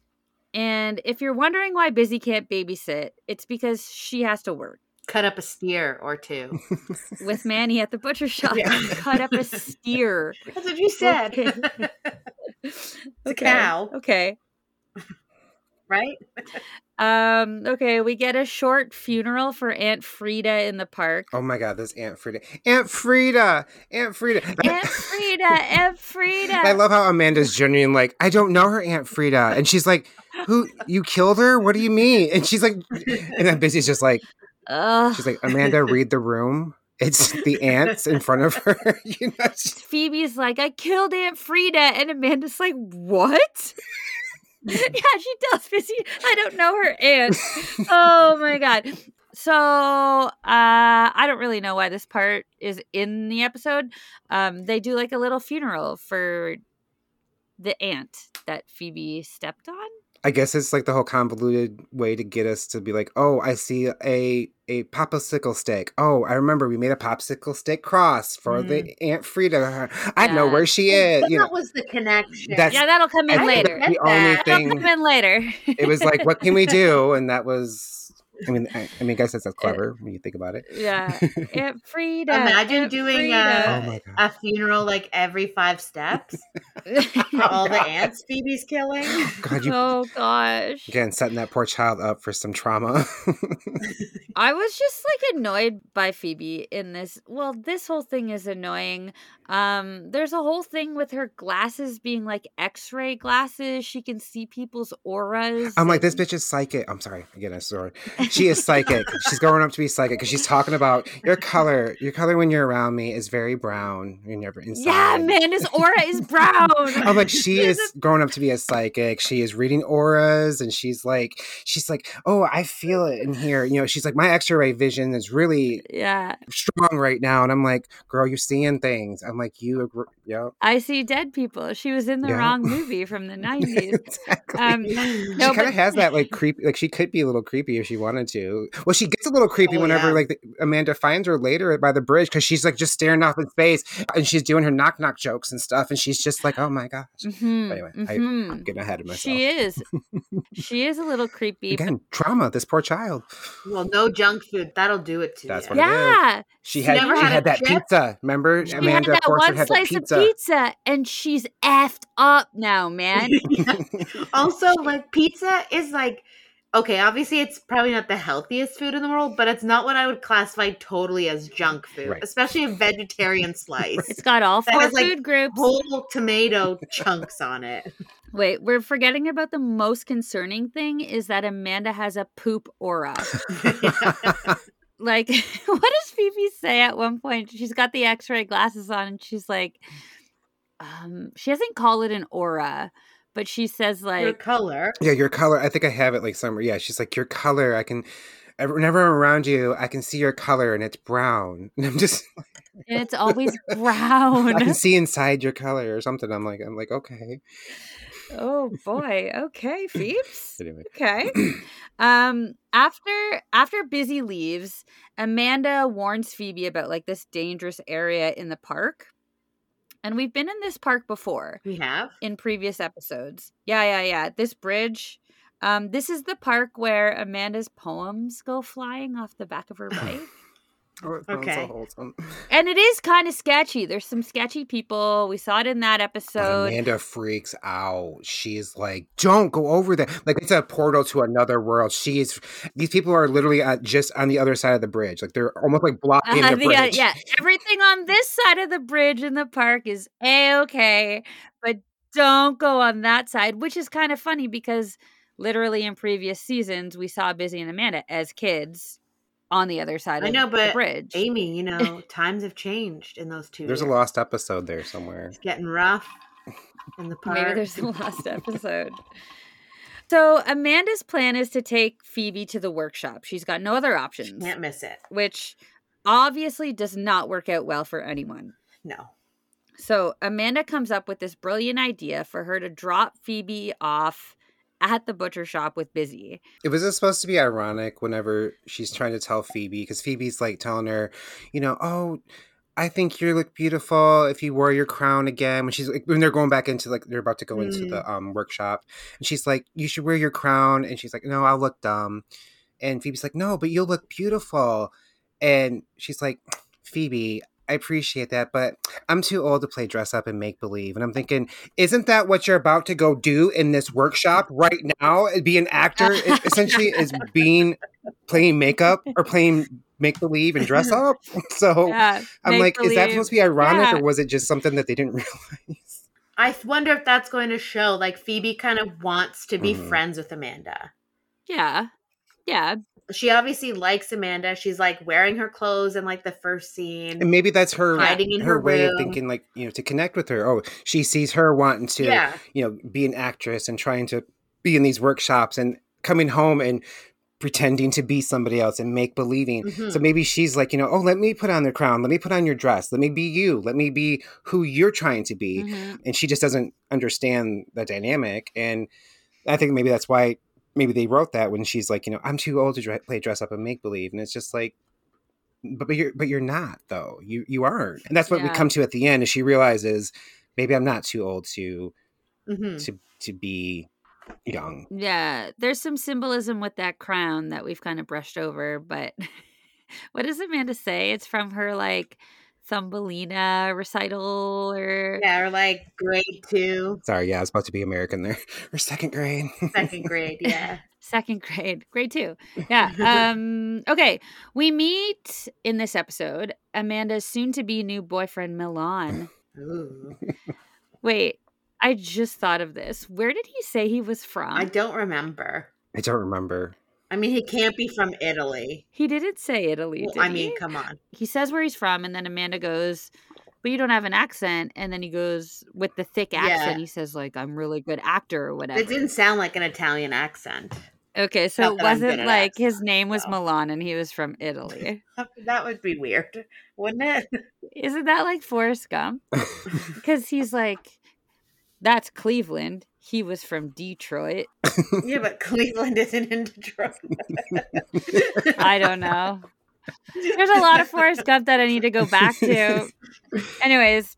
S1: And if you're wondering why Busy can't babysit, it's because she has to work
S2: Cut up a steer or two.
S1: with Manny at the butcher shop
S2: Yeah.
S1: and cut up a steer.
S2: That's what you said.
S1: Okay.
S2: a cow.
S1: Okay.
S2: right?
S1: Um, okay, we get a short funeral for Aunt Frida in the park.
S3: Oh my God, this Aunt Frida, Aunt Frida, Aunt Frida.
S1: Aunt Frida, Aunt Frida.
S3: I love how Amanda's genuine. Like, I don't know her Aunt Frida, and she's like, "Who? You killed her? What do you mean?" And she's like, and then Busy's just like,
S1: Ugh.
S3: she's like, Amanda, read the room. It's the ants in front of her. you know, she's
S1: Phoebe's like, I killed Aunt Frida. And Amanda's like, What? yeah, she tells Missy, I don't know her aunt. oh my God. So uh, I don't really know why this part is in the episode. Um, they do like a little funeral for the aunt that Phoebe stepped on.
S3: I guess it's like the whole convoluted way to get us to be like, oh, I see a a popsicle stick. Oh, I remember we made a popsicle stick cross for the Aunt Frida. I know
S1: Yeah.
S3: where she is.
S2: But
S3: You
S2: that
S3: know,
S2: was the connection.
S3: That's-
S1: Yeah, that'll come
S3: I
S1: in
S2: think
S3: think
S1: later.
S3: that's the
S2: That-
S3: only
S1: That'll come
S3: thing.
S1: in later.
S3: It was like, what can we do? And that was I mean, I, I mean, I guess that's, that's clever when you think about it.
S1: Yeah. Aunt Frida.
S2: Imagine
S1: Aunt
S2: doing,
S3: oh
S2: uh,
S3: my god!
S2: A funeral like every five steps
S1: Frida.
S2: for all the
S3: God.
S2: ants Phoebe's killing.
S3: God, you
S1: oh gosh.
S3: again setting that poor child up for some trauma.
S1: I was just like annoyed by Phoebe in this. Well, this whole thing is annoying. Um, there's a whole thing with her glasses being like X-ray glasses. She can see people's auras.
S3: I'm like, this
S1: and-
S3: bitch is psychic. I'm sorry. Again, I'm sorry. She is psychic. she's growing up to be psychic because she's talking about your color. Your color when you're around me is very brown. You're never inside.
S1: Yeah, man, his aura is brown.
S3: I'm like, she
S1: There's
S3: is growing up to be a psychic. She is reading auras and she's like, she's like, oh, I feel it in here. You know, she's like, my x ray vision is really
S1: Yeah,
S3: strong right now. And I'm like, girl, you're seeing things. I'm like, you, agree- yep.
S1: I see dead people. She was in the
S3: Yeah.
S1: wrong movie from the '90s.
S3: exactly.
S1: Um,
S3: she
S1: no,
S3: kind of
S1: but-
S3: has that like creepy, like she could be a little creepy if she wanted to. Well, she gets a little creepy
S2: Oh,
S3: whenever
S2: yeah.
S3: like the, Amanda finds her later by the bridge because she's like just staring off in space and she's doing her knock knock jokes and stuff. And she's just like, oh my gosh,
S1: Mhm,
S3: Anyway, I-
S1: mhm.
S3: getting ahead of myself.
S1: she is. She is a little creepy. but-
S3: Again, trauma, this poor child.
S2: Well, no junk food. That'll do it to
S3: That's
S2: you.
S3: what it
S1: yeah,
S3: She
S2: She
S3: had,
S2: never
S3: she
S2: had
S3: had,
S2: a
S3: that
S2: chip.
S3: pizza. Remember,
S2: She
S1: she
S3: Amanda
S1: had that
S3: Forster
S1: one
S3: had that
S1: slice
S3: pizza.
S1: of pizza, and she's effed up now, man.
S2: also like pizza is like okay obviously it's probably not the healthiest food in the world but it's not what i would classify totally as junk food
S3: Right.
S2: especially a vegetarian slice
S1: It's got all
S2: That
S1: four
S2: has, like,
S1: food groups.
S2: whole tomato chunks on it
S1: Wait, we're forgetting about the most concerning thing is that Amanda has a poop aura. like, what does Phoebe say at one point? She's got the x ray glasses on and she's like, um, she doesn't call it an aura, but she says,
S2: your
S1: like,
S2: color
S3: yeah, your color. I think I have it like somewhere. Yeah, she's like your color. I can. I- Whenever I'm around you, I can see your color, and it's brown. And I'm just,
S1: and it's always
S3: I
S1: brown.
S3: can see inside your color or something. I'm like, I'm like, okay.
S1: oh boy. Okay, Phoebes.
S3: Anyway,
S1: Okay. Um after after Busy leaves, Amanda warns Phoebe about like this dangerous area in the park. And we've been in this park before
S2: we have
S1: in previous episodes. Yeah, yeah, yeah. This bridge. Um this is the park where Amanda's poems go flying off the back of her bike.
S3: oh, it sounds
S2: Okay.
S3: so wholesome.
S1: and it is kind of sketchy. There's some sketchy people. We saw it in that
S3: But
S1: episode.
S3: Amanda freaks out. She's like, "Don't go over there. Like it's a portal to another world." She's these people are literally at, just on the other side of the bridge. Like they're almost like blocking
S1: Uh,
S3: the
S1: the, uh,
S3: bridge.
S1: yeah, everything on this side of the bridge in the park is a okay, but don't go on that side, which is kind of funny because literally in previous seasons we saw Busy and Amanda as kids on the other side
S2: I
S1: of
S2: know,
S1: the
S2: but
S1: bridge.
S2: amy you know times have changed in those two
S3: There's a
S2: years.
S3: lost episode there somewhere.
S2: it's getting rough in the park
S1: Maybe there's the last episode. So Amanda's plan is to take Phoebe to the workshop. She's got no other options,
S2: can't miss it
S1: which obviously does not work out well for anyone.
S2: no
S1: So Amanda comes up with this brilliant idea for her to drop Phoebe off at the butcher shop with Busy.
S3: It was supposed to be ironic whenever she's trying to tell Phoebe because Phoebe's like telling her, you know, oh, I think you look beautiful if you wore your crown again. When she's like, when they're going back into like they're about to go into
S2: Mm.
S3: the um, workshop, and she's like, you should wear your crown, and she's like, no, I'll look dumb, and Phoebe's like, no, but you'll look beautiful, and she's like, Phoebe. I appreciate that, but I'm too old to play dress up and make believe. And I'm thinking, isn't that what you're about to go do in this workshop right now? eh, Be an actor it essentially is being playing makeup or playing make believe and dress up. So
S1: yeah,
S3: Oh, I'm like, is that supposed to be ironic
S1: Yeah.
S3: or was it just something that they didn't realize?
S2: i wonder if that's going to show like phoebe kind of wants to be
S3: Mhm.
S2: friends with amanda
S1: Yeah, yeah.
S2: she obviously likes Amanda. She's like wearing her clothes in like the first
S3: And
S2: scene.
S3: maybe that's her
S2: Hiding in
S3: her,
S2: her
S3: way of
S2: room.
S3: thinking, like you know, to connect with her. Oh, she sees her wanting to,
S2: Yeah.
S3: you know, be an actress and trying to be in these workshops and coming home and pretending to be somebody else and make believing.
S2: Mhm.
S3: So maybe she's like, you know, oh, let me put on the crown, let me put on your dress, let me be you, let me be who you're trying to be.
S1: Mhm.
S3: and she just doesn't understand the dynamic and i think maybe that's why maybe they wrote that when she's like you know i'm too old to dre- play dress up and make believe and it's just like but, but you're but you're not though you you aren't and that's what we
S1: Yeah.
S3: come to at the end is she realizes maybe i'm not too old to
S2: Mhm.
S3: to to be young.
S1: Yeah, there's some symbolism with that crown that we've kind of brushed over, but what does Amanda say? It's from her like Thumbelina recital or
S2: Yeah, or like grade two,
S3: Sorry, yeah, I was supposed to be American there. Or second grade.
S2: second grade. Yeah.
S1: second grade, grade two. Yeah. Um, okay. We meet in this episode Amanda's soon to be new boyfriend, Milan.
S2: Ooh.
S1: Wait, I just thought of this. Where did he say he was from?
S2: I don't remember.
S3: I don't remember.
S2: I mean, he can't be from Italy.
S1: he didn't say Italy.
S2: Well,
S1: did
S2: I mean,
S1: he?
S2: come on.
S1: he says where he's from, and then Amanda goes, "But you don't have an accent." And then he goes with the thick
S2: Yeah.
S1: accent. He says like, "I'm really good actor" or whatever.
S2: It didn't sound like an Italian accent.
S1: okay, so
S2: not
S1: it
S2: that I'm good
S1: wasn't
S2: at
S1: like his name was
S2: so.
S1: Milan and he was from Italy.
S2: That would be weird, wouldn't it?
S1: Isn't that like Forrest Gump? Because he's like, "That's Cleveland." He was from Detroit.
S2: yeah, but Cleveland isn't in Detroit.
S1: I don't know. There's a lot of Forrest Gump that I need to go back to. Anyways,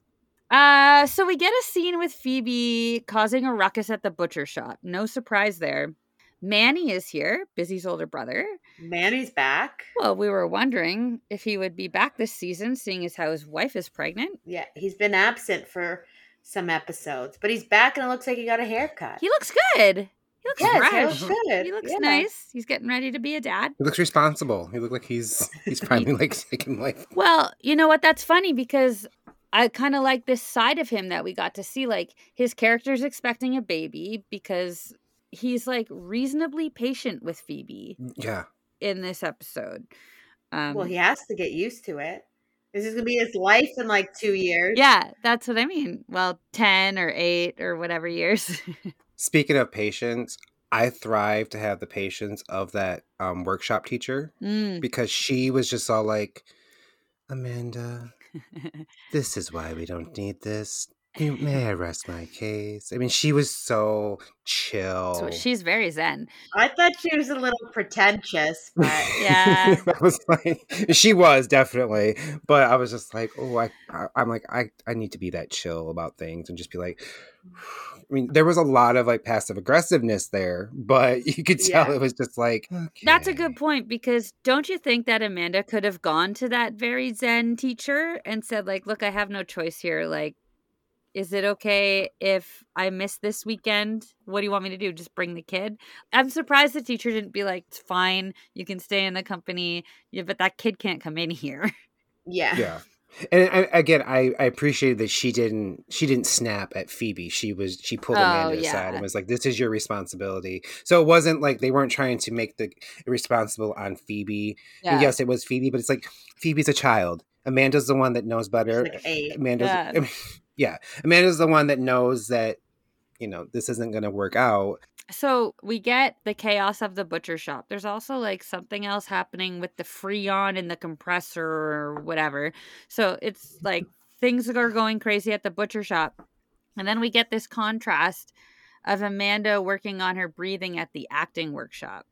S1: uh, so we get a scene with Phoebe causing a ruckus at the butcher shop. No surprise there. Manny is here, Busy's older brother.
S2: Manny's back.
S1: Well, we were wondering if he would be back this season, seeing as how his wife is pregnant.
S2: Yeah, he's been absent for some episodes, but he's back and it looks like he got a haircut.
S1: He looks good. He looks
S2: yes, he
S1: fresh.
S2: looks good.
S1: He looks
S2: yeah.
S1: nice. He's getting ready to be a dad.
S3: He looks responsible. He looked like he's he's probably like taking like
S1: Well, you know what? That's funny because I kind of like this side of him that we got to see. Like his character's expecting a baby because he's like reasonably patient with Phoebe
S3: yeah.
S1: in this episode. Um,
S2: Mm. Well, he has to get used to it. This is gonna be his life in like two years.
S1: yeah, that's what I mean. Well, 10 or 8 or whatever years.
S3: Speaking of patience, I thrive to have the patience of that um, workshop teacher
S1: Mm.
S3: because she was just all like, Amanda, this is why we don't need this. You may I rest my case? I mean, she was so chill.
S2: Oh.
S1: So she's very zen.
S2: I thought she was a little pretentious, but
S1: Yeah.
S3: I was like, she was definitely, but I was just like, oh, I, I I'm like, I, I need to be that chill about things and just be like, I mean, there was a lot of like passive aggressiveness there, but you could tell
S2: Yeah.
S3: it was just like,
S1: That's a
S3: okay.
S1: good point because don't you think that Amanda could have gone to that very zen teacher and said like, "Look, I have no choice here. Like, is it okay if I miss this weekend? What do you want me to do? Just bring the kid?" I'm surprised the teacher didn't be like, "It's fine. You can stay in the company, yeah, but that kid can't come in here."
S2: yeah.
S3: yeah and I, again I, I appreciated that she didn't she didn't snap at phoebe she was she pulled
S1: Oh,
S3: amanda aside
S1: yeah.
S3: and was like this is your responsibility so it wasn't like they weren't trying to make the responsible on phoebe And yes it was phoebe but it's like phohebe's a child amanda's the one that knows
S2: She's
S3: better
S2: like eight.
S3: amanda's
S1: Yeah.
S3: yeah. amanda's the one that knows that you know this isn't going to work out
S1: So we get the chaos of the butcher shop. There's also like something else happening with the freon and the compressor or whatever. So it's like things are going crazy at the butcher shop. And then we get this contrast of Amanda working on her breathing at the acting workshop.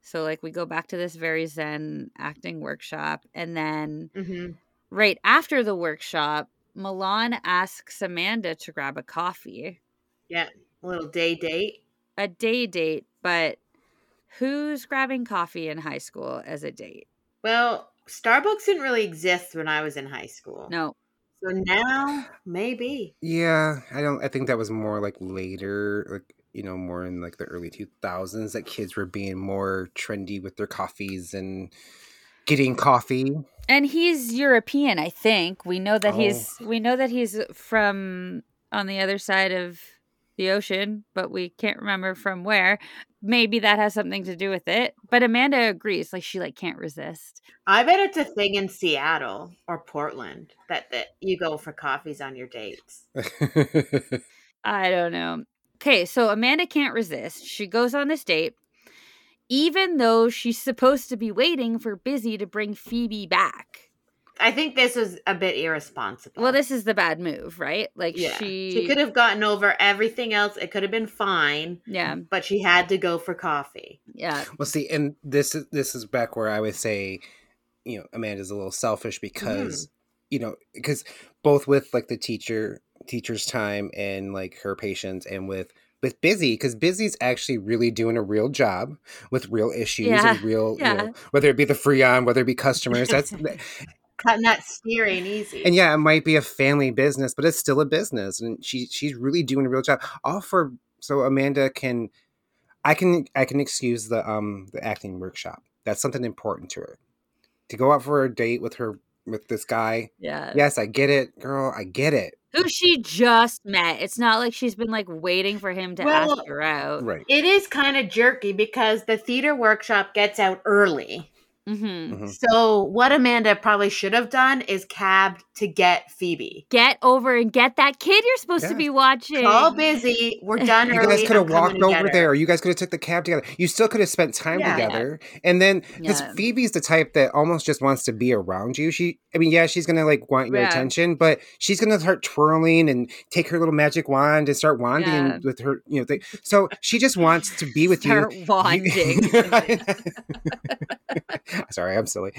S1: So like we go back to this very zen acting workshop and then
S2: hmm
S1: right after the workshop, Milan asks Amanda to grab a coffee
S2: Little day date.
S1: a day date, but who's grabbing coffee in high school as a date?
S2: Well, Starbucks didn't really exist when I was in high school.
S1: No.
S2: So now maybe.
S3: yeah i don't i think that was more like later like you know more in like the early 2000s that kids were being more trendy with their coffees and getting coffee
S1: And he's European, I think. We know that
S3: Oh.
S1: he's we know that he's from on the other side of the ocean, but we can't remember from where. Maybe that has something to do with it. But Amanda agrees, like she like can't resist.
S2: I bet it's a thing in Seattle or Portland that, that you go for coffees on your dates.
S1: I don't know. Okay, so Amanda can't resist. She goes on this date, even though she's supposed to be waiting for Busy to bring Phoebe back.
S2: I think this is a bit irresponsible.
S1: Well, this is the bad move, right? Like
S2: yeah.
S1: she,
S2: she could have gotten over everything else. It could have been fine,
S1: yeah,
S2: but she had to go for coffee.
S1: yeah,
S3: well, see, and this is this is back where I would say, you know, Amanda's a little selfish
S1: Mm-hmm.
S3: because you know because both with like the teacher teacher's time and like her patience and with with Busy because Busy's actually really doing a real job with real issues and
S1: Yeah,
S3: real, you
S1: yeah.
S3: know, whether it be the Freon, whether it be customers. That's
S2: Cutting that steering easy.
S3: and yeah, it might be a family business, but it's still a business, and she she's really doing a real job. All for so Amanda can, I can I can excuse the um the acting workshop. That's something important to her. To go out for a date with her with this guy.
S1: Yeah.
S3: Yes, I get it, girl. I get it.
S1: Who she just met. It's not like she's been like waiting for him to
S2: Well,
S1: ask her out.
S3: Right.
S2: It is kind of jerky because the theater workshop gets out early.
S1: Mm-hmm.
S3: Mhm.
S2: So what Amanda probably should have done is cabbed to get Phoebe.
S1: Get over and get that kid you're supposed to
S3: Yeah.
S1: be watching.
S2: All busy. We're done
S3: You
S2: early.
S3: guys could have
S2: I'm coming
S3: walked
S2: to get
S3: over
S2: her.
S3: there. or You guys could have took the cab together. You still could have spent time
S2: Yeah. Yeah.
S3: together. And then this
S1: Yeah.
S3: Phoebe's the type that almost just wants to be around you. She, I mean, yeah, she's gonna like want your
S1: Yeah.
S3: attention, but she's gonna start twirling and take her little magic wand and start wanding
S1: Yeah.
S3: with her, you know. Thing. So she just wants to be with you.
S1: Start wanding.
S3: Sorry, I'm silly.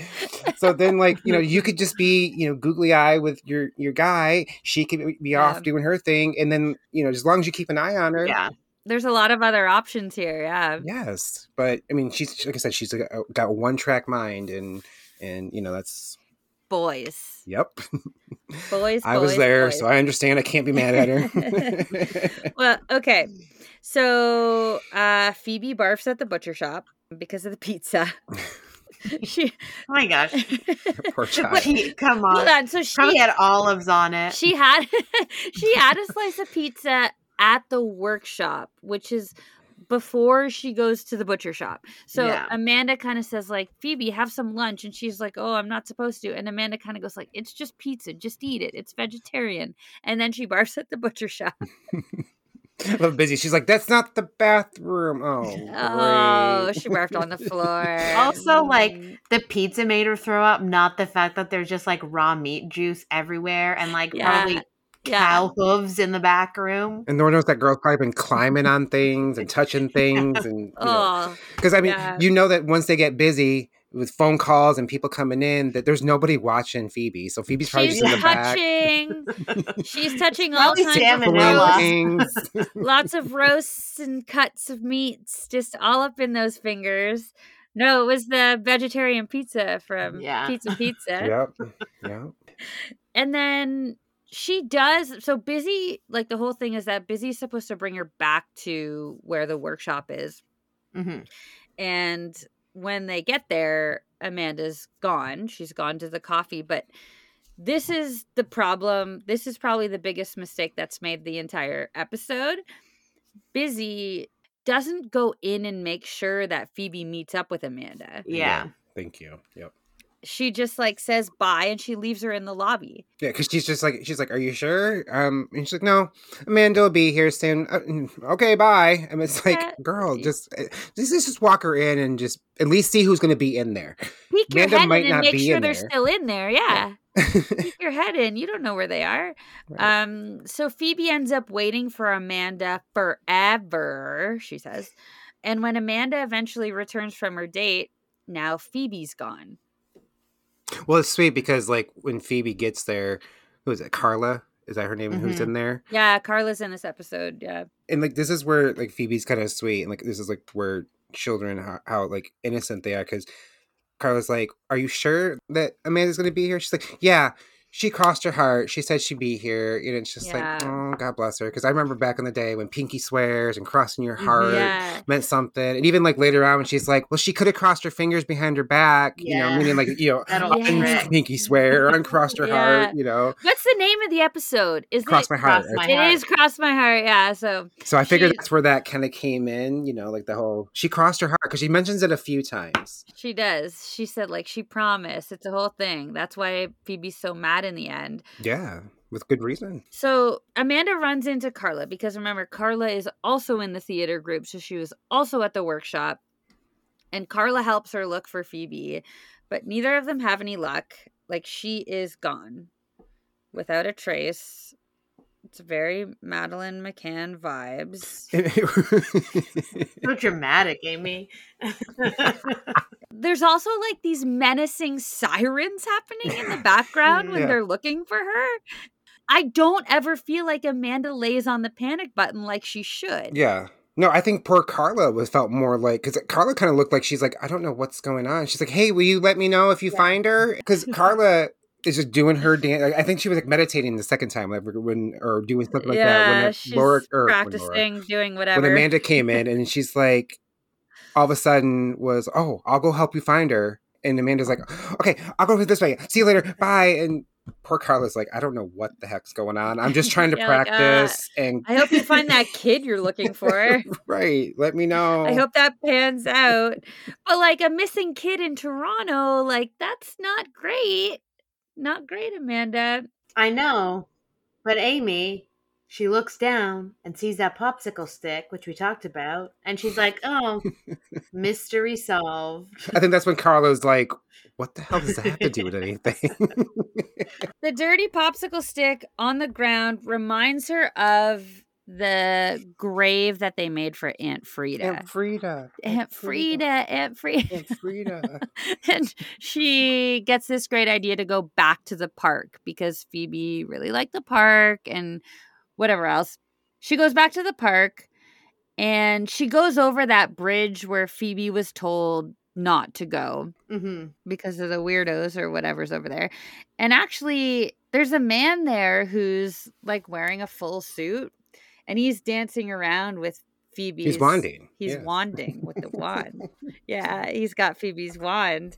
S3: So then, like you know, you could just be you know googly eye with your your guy. She could be
S1: Yeah.
S3: off doing her thing, and then you know, as long as you keep an eye on her,
S2: Yeah.
S1: There's a lot of other options here. Yeah.
S3: Yes, but I mean, she's like I said, she's got- got one track mind, and and you know that's
S1: Boys.
S3: yep.
S1: Boys.
S3: I was
S1: boys,
S3: there,
S1: boys.
S3: so I understand. I can't be mad at her.
S1: well, okay. So uh Phoebe barfs at the butcher shop because of the pizza. she
S2: Oh my gosh.
S3: Poor child.
S2: She, come
S1: hold
S2: on.
S1: on. So she
S2: Probably had olives on
S3: Eh.
S2: it.
S1: she had she had a slice of pizza at the workshop which is before she goes to the butcher shop so
S2: Yeah.
S1: amanda kind of says like phoebe have some lunch and she's like oh i'm not supposed to and amanda kind of goes like it's just pizza just eat it it's vegetarian and then she barfs at the butcher shop
S3: I love busy. She's like, that's not the bathroom. Oh,
S1: oh
S3: great.
S1: she barfed on the floor
S2: Also, like,
S1: Mm.
S2: the pizza made her throw up, not the fact that there's just like raw meat juice everywhere and like
S1: Yeah,
S2: probably cow hooves in the back room.
S3: And Lord knows that girl's probably been climbing on things and touching things, and you know,
S1: oh
S3: Because I mean,
S1: Yeah.
S3: you know that once they get busy with phone calls and people coming in, that there's nobody watching Phoebe. So Phoebe's probably
S1: she's
S3: just in the back.
S1: touching she's touching all
S2: Probably
S1: kinds of
S2: salmonella.
S1: gross
S3: throwing things.
S1: lots of roasts and cuts of meats just all up in those fingers no it was the vegetarian pizza from
S2: Yeah.
S1: pizza pizza
S3: yep. Yep.
S1: and then she does so busy like the whole thing is that busy's supposed to bring her back to where the workshop is
S2: hmm
S1: and when they get there amanda's gone she's gone to the coffee but this is the problem this is probably the biggest mistake that's made the entire episode busy doesn't go in and make sure that phoebe meets up with amanda
S2: Yeah.
S3: Thank you. Yep.
S1: she just like says bye and she leaves her in the lobby
S3: Yeah, because she's just like she's like, "Are you sure?" Um, and she's like, "No, Amanda will be here soon." Uh, mm, okay, bye. And it's like,
S1: Yeah.
S3: girl, just uh, just just walk her in and just at least see who's going to be in there.
S1: peek your
S3: Amanda
S1: head in
S3: might
S1: and
S3: not
S1: make
S3: be
S1: sure
S3: in
S1: they're
S3: there.
S1: still in there yeah,
S3: right.
S1: peek your head in you don't know where they are um so phoebe ends up waiting for amanda forever she says and when amanda eventually returns from her date now phoebe's gone
S3: Well, it's sweet because like when Phoebe gets there, who is it? Carla is that her name? Who's
S2: Mhm.
S3: in there?
S1: yeah carla's in this episode yeah
S3: and like this is where like Phoebe's kind of sweet, and like this is like where children how, how like innocent they are. Because Carla's like, "Are you sure that Amanda's going to be here?" She's like, "Yeah." She crossed her heart. She said she'd be here, and it's just like,
S1: Yeah.
S3: oh, God bless her. Because I remember back in the day when pinky swears and crossing your
S2: Mhm.
S3: heart
S1: yeah
S3: meant something, and even like later on when she's like, well, she could have crossed her fingers behind her back, you know,
S2: Yeah.
S3: meaning like you know,
S2: That
S1: Yeah.
S2: old trick.
S3: pinky swear or uncrossed her
S1: Yeah.
S3: heart, you know,
S1: What's the name of the episode? Is
S3: cross
S1: it?
S3: my heart.
S2: cross my
S1: It is cross my heart. Yeah. So
S3: So I figured
S1: She-
S3: that's where that kind of came in, you know, like the whole she crossed her heart because she mentions it a few times.
S1: she does. She said like she promised. It's a whole thing. That's why Phoebe's so mad in the end.
S3: Yeah, with good reason.
S1: So Amanda runs into Carla because remember Carla is also in the theater group, so she was also at the workshop. And Carla helps her look for Phoebe, but neither of them have any luck. Like she is gone without a trace. It's very Madeline McCann vibes.
S2: So dramatic, Amy.
S1: There's also like these menacing sirens happening in the background when
S3: Yeah.
S1: they're looking for her. I don't ever feel like Amanda lays on the panic button like she should.
S3: Yeah. No, I think poor Carla was felt more like because Carla kind of looked like she's like, I don't know what's going on. She's like, Hey, will you let me know if you find her? Because Carla is just doing her dance. Like, I think she was like meditating the second time, like when or doing something like that.
S1: yeah,
S3: When
S1: she's
S3: Laura- or when Laura-
S1: practicing, doing whatever.
S3: when Amanda came in and she's like, all of a sudden was, oh, I'll go help you find her. And Amanda's like, okay, I'll go this way. See you later. Bye. And poor Carla's like, I don't know what the heck's going on. I'm just trying to
S1: Yeah, like, uh,
S3: practice. and
S1: I hope you find that kid you're looking for.
S3: right, let me know.
S1: I hope that pans out. But like a missing kid in Toronto, like that's not great. Not great, Amanda.
S2: I know, but Amy, she looks down and sees that popsicle stick, which we talked about, and she's like, oh, mystery solved.
S3: I think that's when Carla's like, what the hell does that have to do with anything?
S1: The dirty popsicle stick on the ground reminds her of the grave that they made for Aunt Frida. Aunt,
S3: Frida.
S1: Frida, Aunt Frida.
S3: Aunt Frida.
S1: and she gets this great idea to go back to the park because Phoebe really liked the park and whatever else. She goes back to the park and she goes over that bridge where Phoebe was told not to go
S2: Mm-hmm.
S1: because of the weirdos or whatever's over there. And actually, there's a man there who's like wearing a full suit and he's dancing around with Phoebe's.
S3: He's wanding.
S1: He's
S3: yeah.
S1: wanding with the wand. yeah, he's got Phoebe's wand.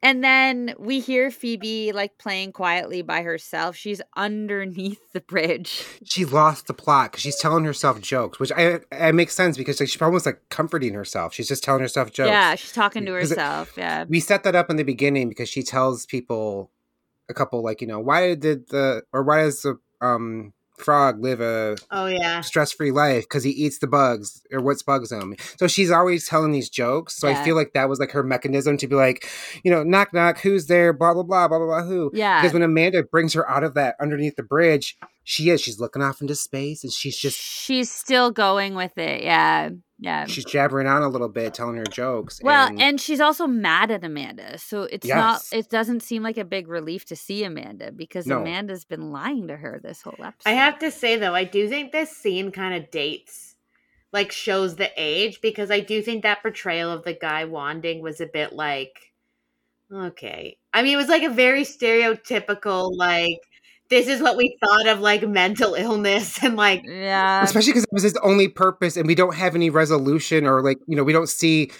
S1: And then we hear Phoebe like playing quietly by herself. She's underneath the bridge.
S3: she lost the plot because she's telling herself jokes, which I, I makes sense because like, she's almost like comforting herself. She's just telling herself jokes.
S1: Yeah, she's talking to
S3: Is it-
S1: herself. Yeah.
S3: we set that up in the beginning because she tells people a couple like you know why did the or why does the um frog live a
S2: Oh, yeah.
S3: stress-free life because he eats the bugs or what's bugs him so she's always telling these jokes so i
S1: Yeah.
S3: feel like that was like her mechanism to be like you know knock knock who's there blah blah blah blah blah, blah who
S1: Yeah.
S3: because when amanda brings her out of that underneath the bridge she is she's looking off into space and she's just
S1: she's still going with it. Yeah. Yeah.
S3: she's jabbering on a little bit telling her jokes
S1: Well,
S3: and-
S1: and, she's also mad at Amanda. So it's
S3: Yes.
S1: not it doesn't seem like a big relief to see Amanda because
S3: No.
S1: Amanda's been lying to her this whole episode.
S2: I have to say though, I do think this scene kind of dates, like shows the age because I do think that portrayal of the guy wanding was a bit like, okay. I mean, it was like a very stereotypical like. This is what we thought of like mental illness and like
S1: Yeah.
S3: especially because it was his only purpose and we don't have any resolution or like you know we don't see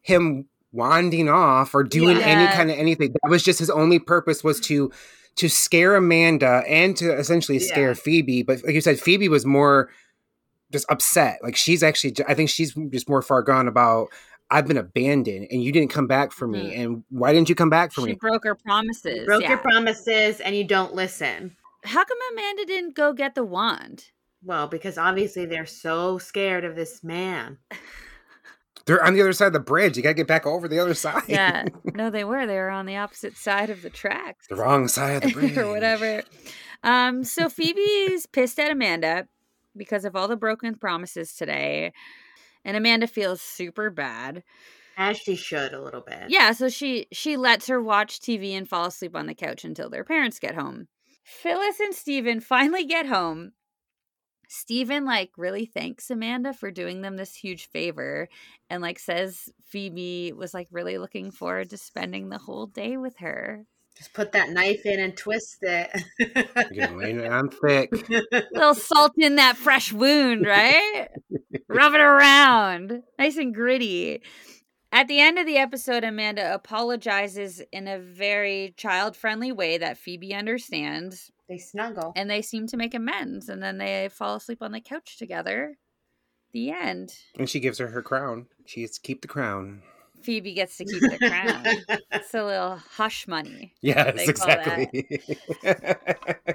S3: him wanding off or doing any
S1: Yeah.
S3: kind of anything that was just his only purpose was to to scare amanda and to essentially scare
S2: Yeah.
S3: phoebe but like you said phoebe was more just upset like she's actually i think she's just more far gone about i've been abandoned and you didn't come back for me and why didn't you come back for
S1: Mm. She
S3: me
S1: broke her promises.
S2: broke
S1: yeah.
S2: your promises and you don't listen.
S1: How come Amanda didn't go get the wand?
S2: Well, because obviously they're so scared of this man.
S3: they're on the other side of the bridge you gotta get back over the other side
S1: Yeah. no, they were. They were on the opposite side of the tracks
S3: the wrong side of the bridge
S1: or whatever. Um, so Phoebe's pissed at Amanda because of all the broken promises today. And Amanda feels super bad.
S2: As she should a little bit.
S1: Yeah, so she she lets her watch TV and fall asleep on the couch until their parents get home. Phyllis and Steven finally get home. Steven like really thanks Amanda for doing them this huge favor and like says Phoebe was like really looking forward to spending the whole day with her.
S2: Just put that knife in and twist it.
S3: You're laying it on thick
S1: little salt in that fresh wound, right? Rub it around. Nice and gritty. At the end of the episode, Amanda apologizes in a very child friendly way that Phoebe understands,
S2: they snuggle.
S1: and they seem to make amends, and then they fall asleep on the couch together. The end.
S3: And she gives her her crown. She gets to keep the crown.
S1: Phoebe gets to keep the crown. it's a little hush money.
S3: Yes,
S1: They call that.
S3: exactly.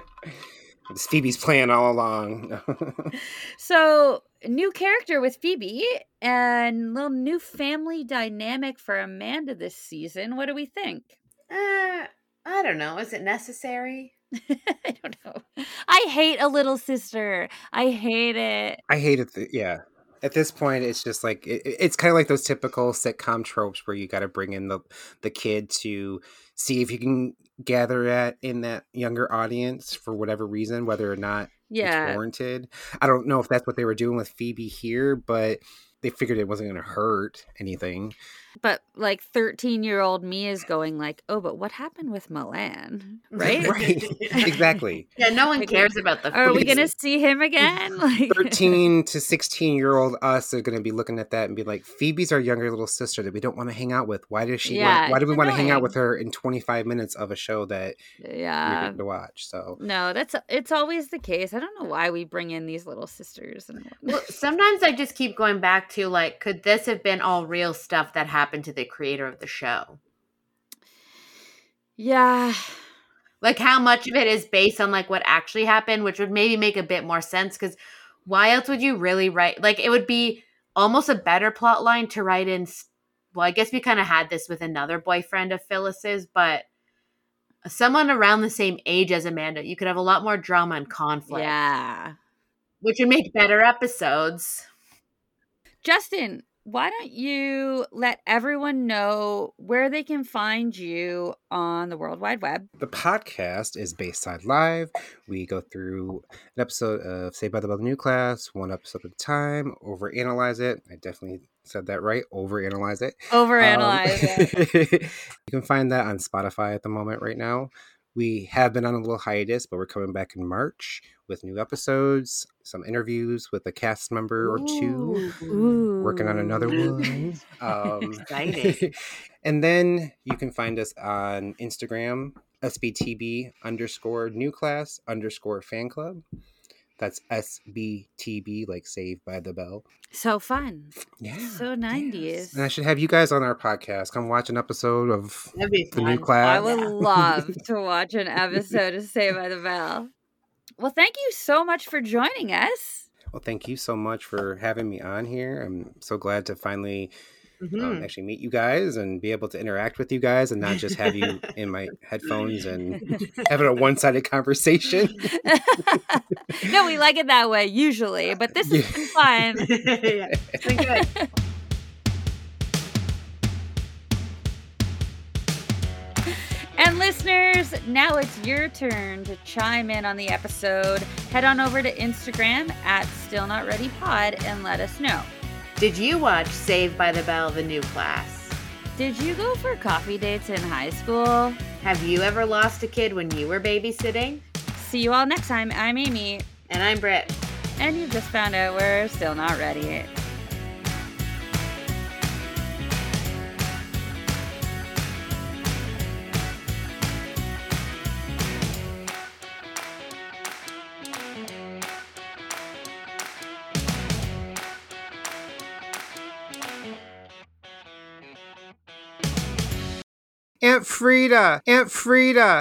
S3: it's Phoebe's plan all along.
S1: So, new character with Phoebe and little new family dynamic for Amanda this season. What do we think?
S2: Uh, I don't know. Is it necessary?
S1: I don't know. I hate a little sister. I hate it.
S3: I hate it. th- yeah. At this point, it's just like it, it- it's kind of like those typical sitcom tropes where you got to bring in the the kid to see if you can gather at in that younger audience for whatever reason, whether or not it's
S1: Yeah.
S3: warranted. I don't know if that's what they were doing with Phoebe here, but they figured it wasn't going to hurt anything.
S1: But like 13 year old me is going like, oh, but what happened with Milan? Right?
S3: Right. exactly.
S2: Yeah, no one
S1: Like,
S2: cares about the.
S1: Are we
S2: food.
S1: going to see him again? Like
S3: 13 to 16 year old us are going to be looking at that and be like, Phoebe's our younger little sister that we don't want to hang out with. Why does she?
S1: Yeah,
S3: want, why do
S1: it's
S3: we want to hang out
S1: annoying. Uh.
S3: with her in 25 minutes of a show that you're
S1: Yeah.
S3: getting to watch? So
S1: No, that's it's always the case. I don't know why we bring in these little sisters and
S2: Well, sometimes I just keep going back to like, could this have been all real stuff that happened to the creator of the show?
S1: Yeah.
S2: Like, how much of it is based on like what actually happened, which would maybe make a bit more sense because why else would you really write? Like, it would be almost a better plot line to write in. s- Well, I guess we kind of had this with another boyfriend of Phyllis's, but someone around the same age as Amanda, you could have a lot more drama and conflict,
S1: Yeah.
S2: which would make better episodes.
S1: Justin, why don't you let everyone know where they can find you on the World Wide Web?
S3: the podcast is Bayside Live. We go through an episode of Saved by the Bell, the new class, one episode at a time, overanalyze it. I definitely said that right. Overanalyze it.
S1: Overanalyze it.
S3: Um, you can find that on Spotify at the moment right now. We have been on a little hiatus, but we're coming back in March with new episodes, some interviews with a cast member or two, Mm, working on another one. Um,
S2: Exciting.
S3: and then you can find us on Instagram, SBTB underscore new class underscore fan club. That's SBTB, like Saved by the Bell.
S1: So fun.
S3: Yeah.
S1: So 90s.
S3: yes. And I should have you guys on our podcast. Come watch an episode of
S2: That'd be
S3: the new
S2: fun.
S3: class.
S1: I would
S2: Yeah.
S1: love to watch an episode of Saved by the Bell. Well, thank you so much for joining us.
S3: Well, thank you so much for having me on here. I'm so glad to finally
S2: Mhm.
S3: um, actually meet you guys and be able to interact with you guys and not just have you in my headphones and having a one sided conversation.
S1: no, we like it that way usually, but this has been fun.
S2: yeah, it's been good.
S1: And listeners, now it's your turn to chime in on the episode. Head on over to Instagram at Still Not Ready Pod and let us know.
S2: Did you watch Saved by the Bell, the new class?
S1: Did you go for coffee dates in high school?
S2: Have you ever lost a kid when you were babysitting?
S1: See you all next time. I'm Amy,
S2: And I'm Britt.
S1: and you've just found out we're still not ready.
S3: Aunt Frida, Aunt Frida,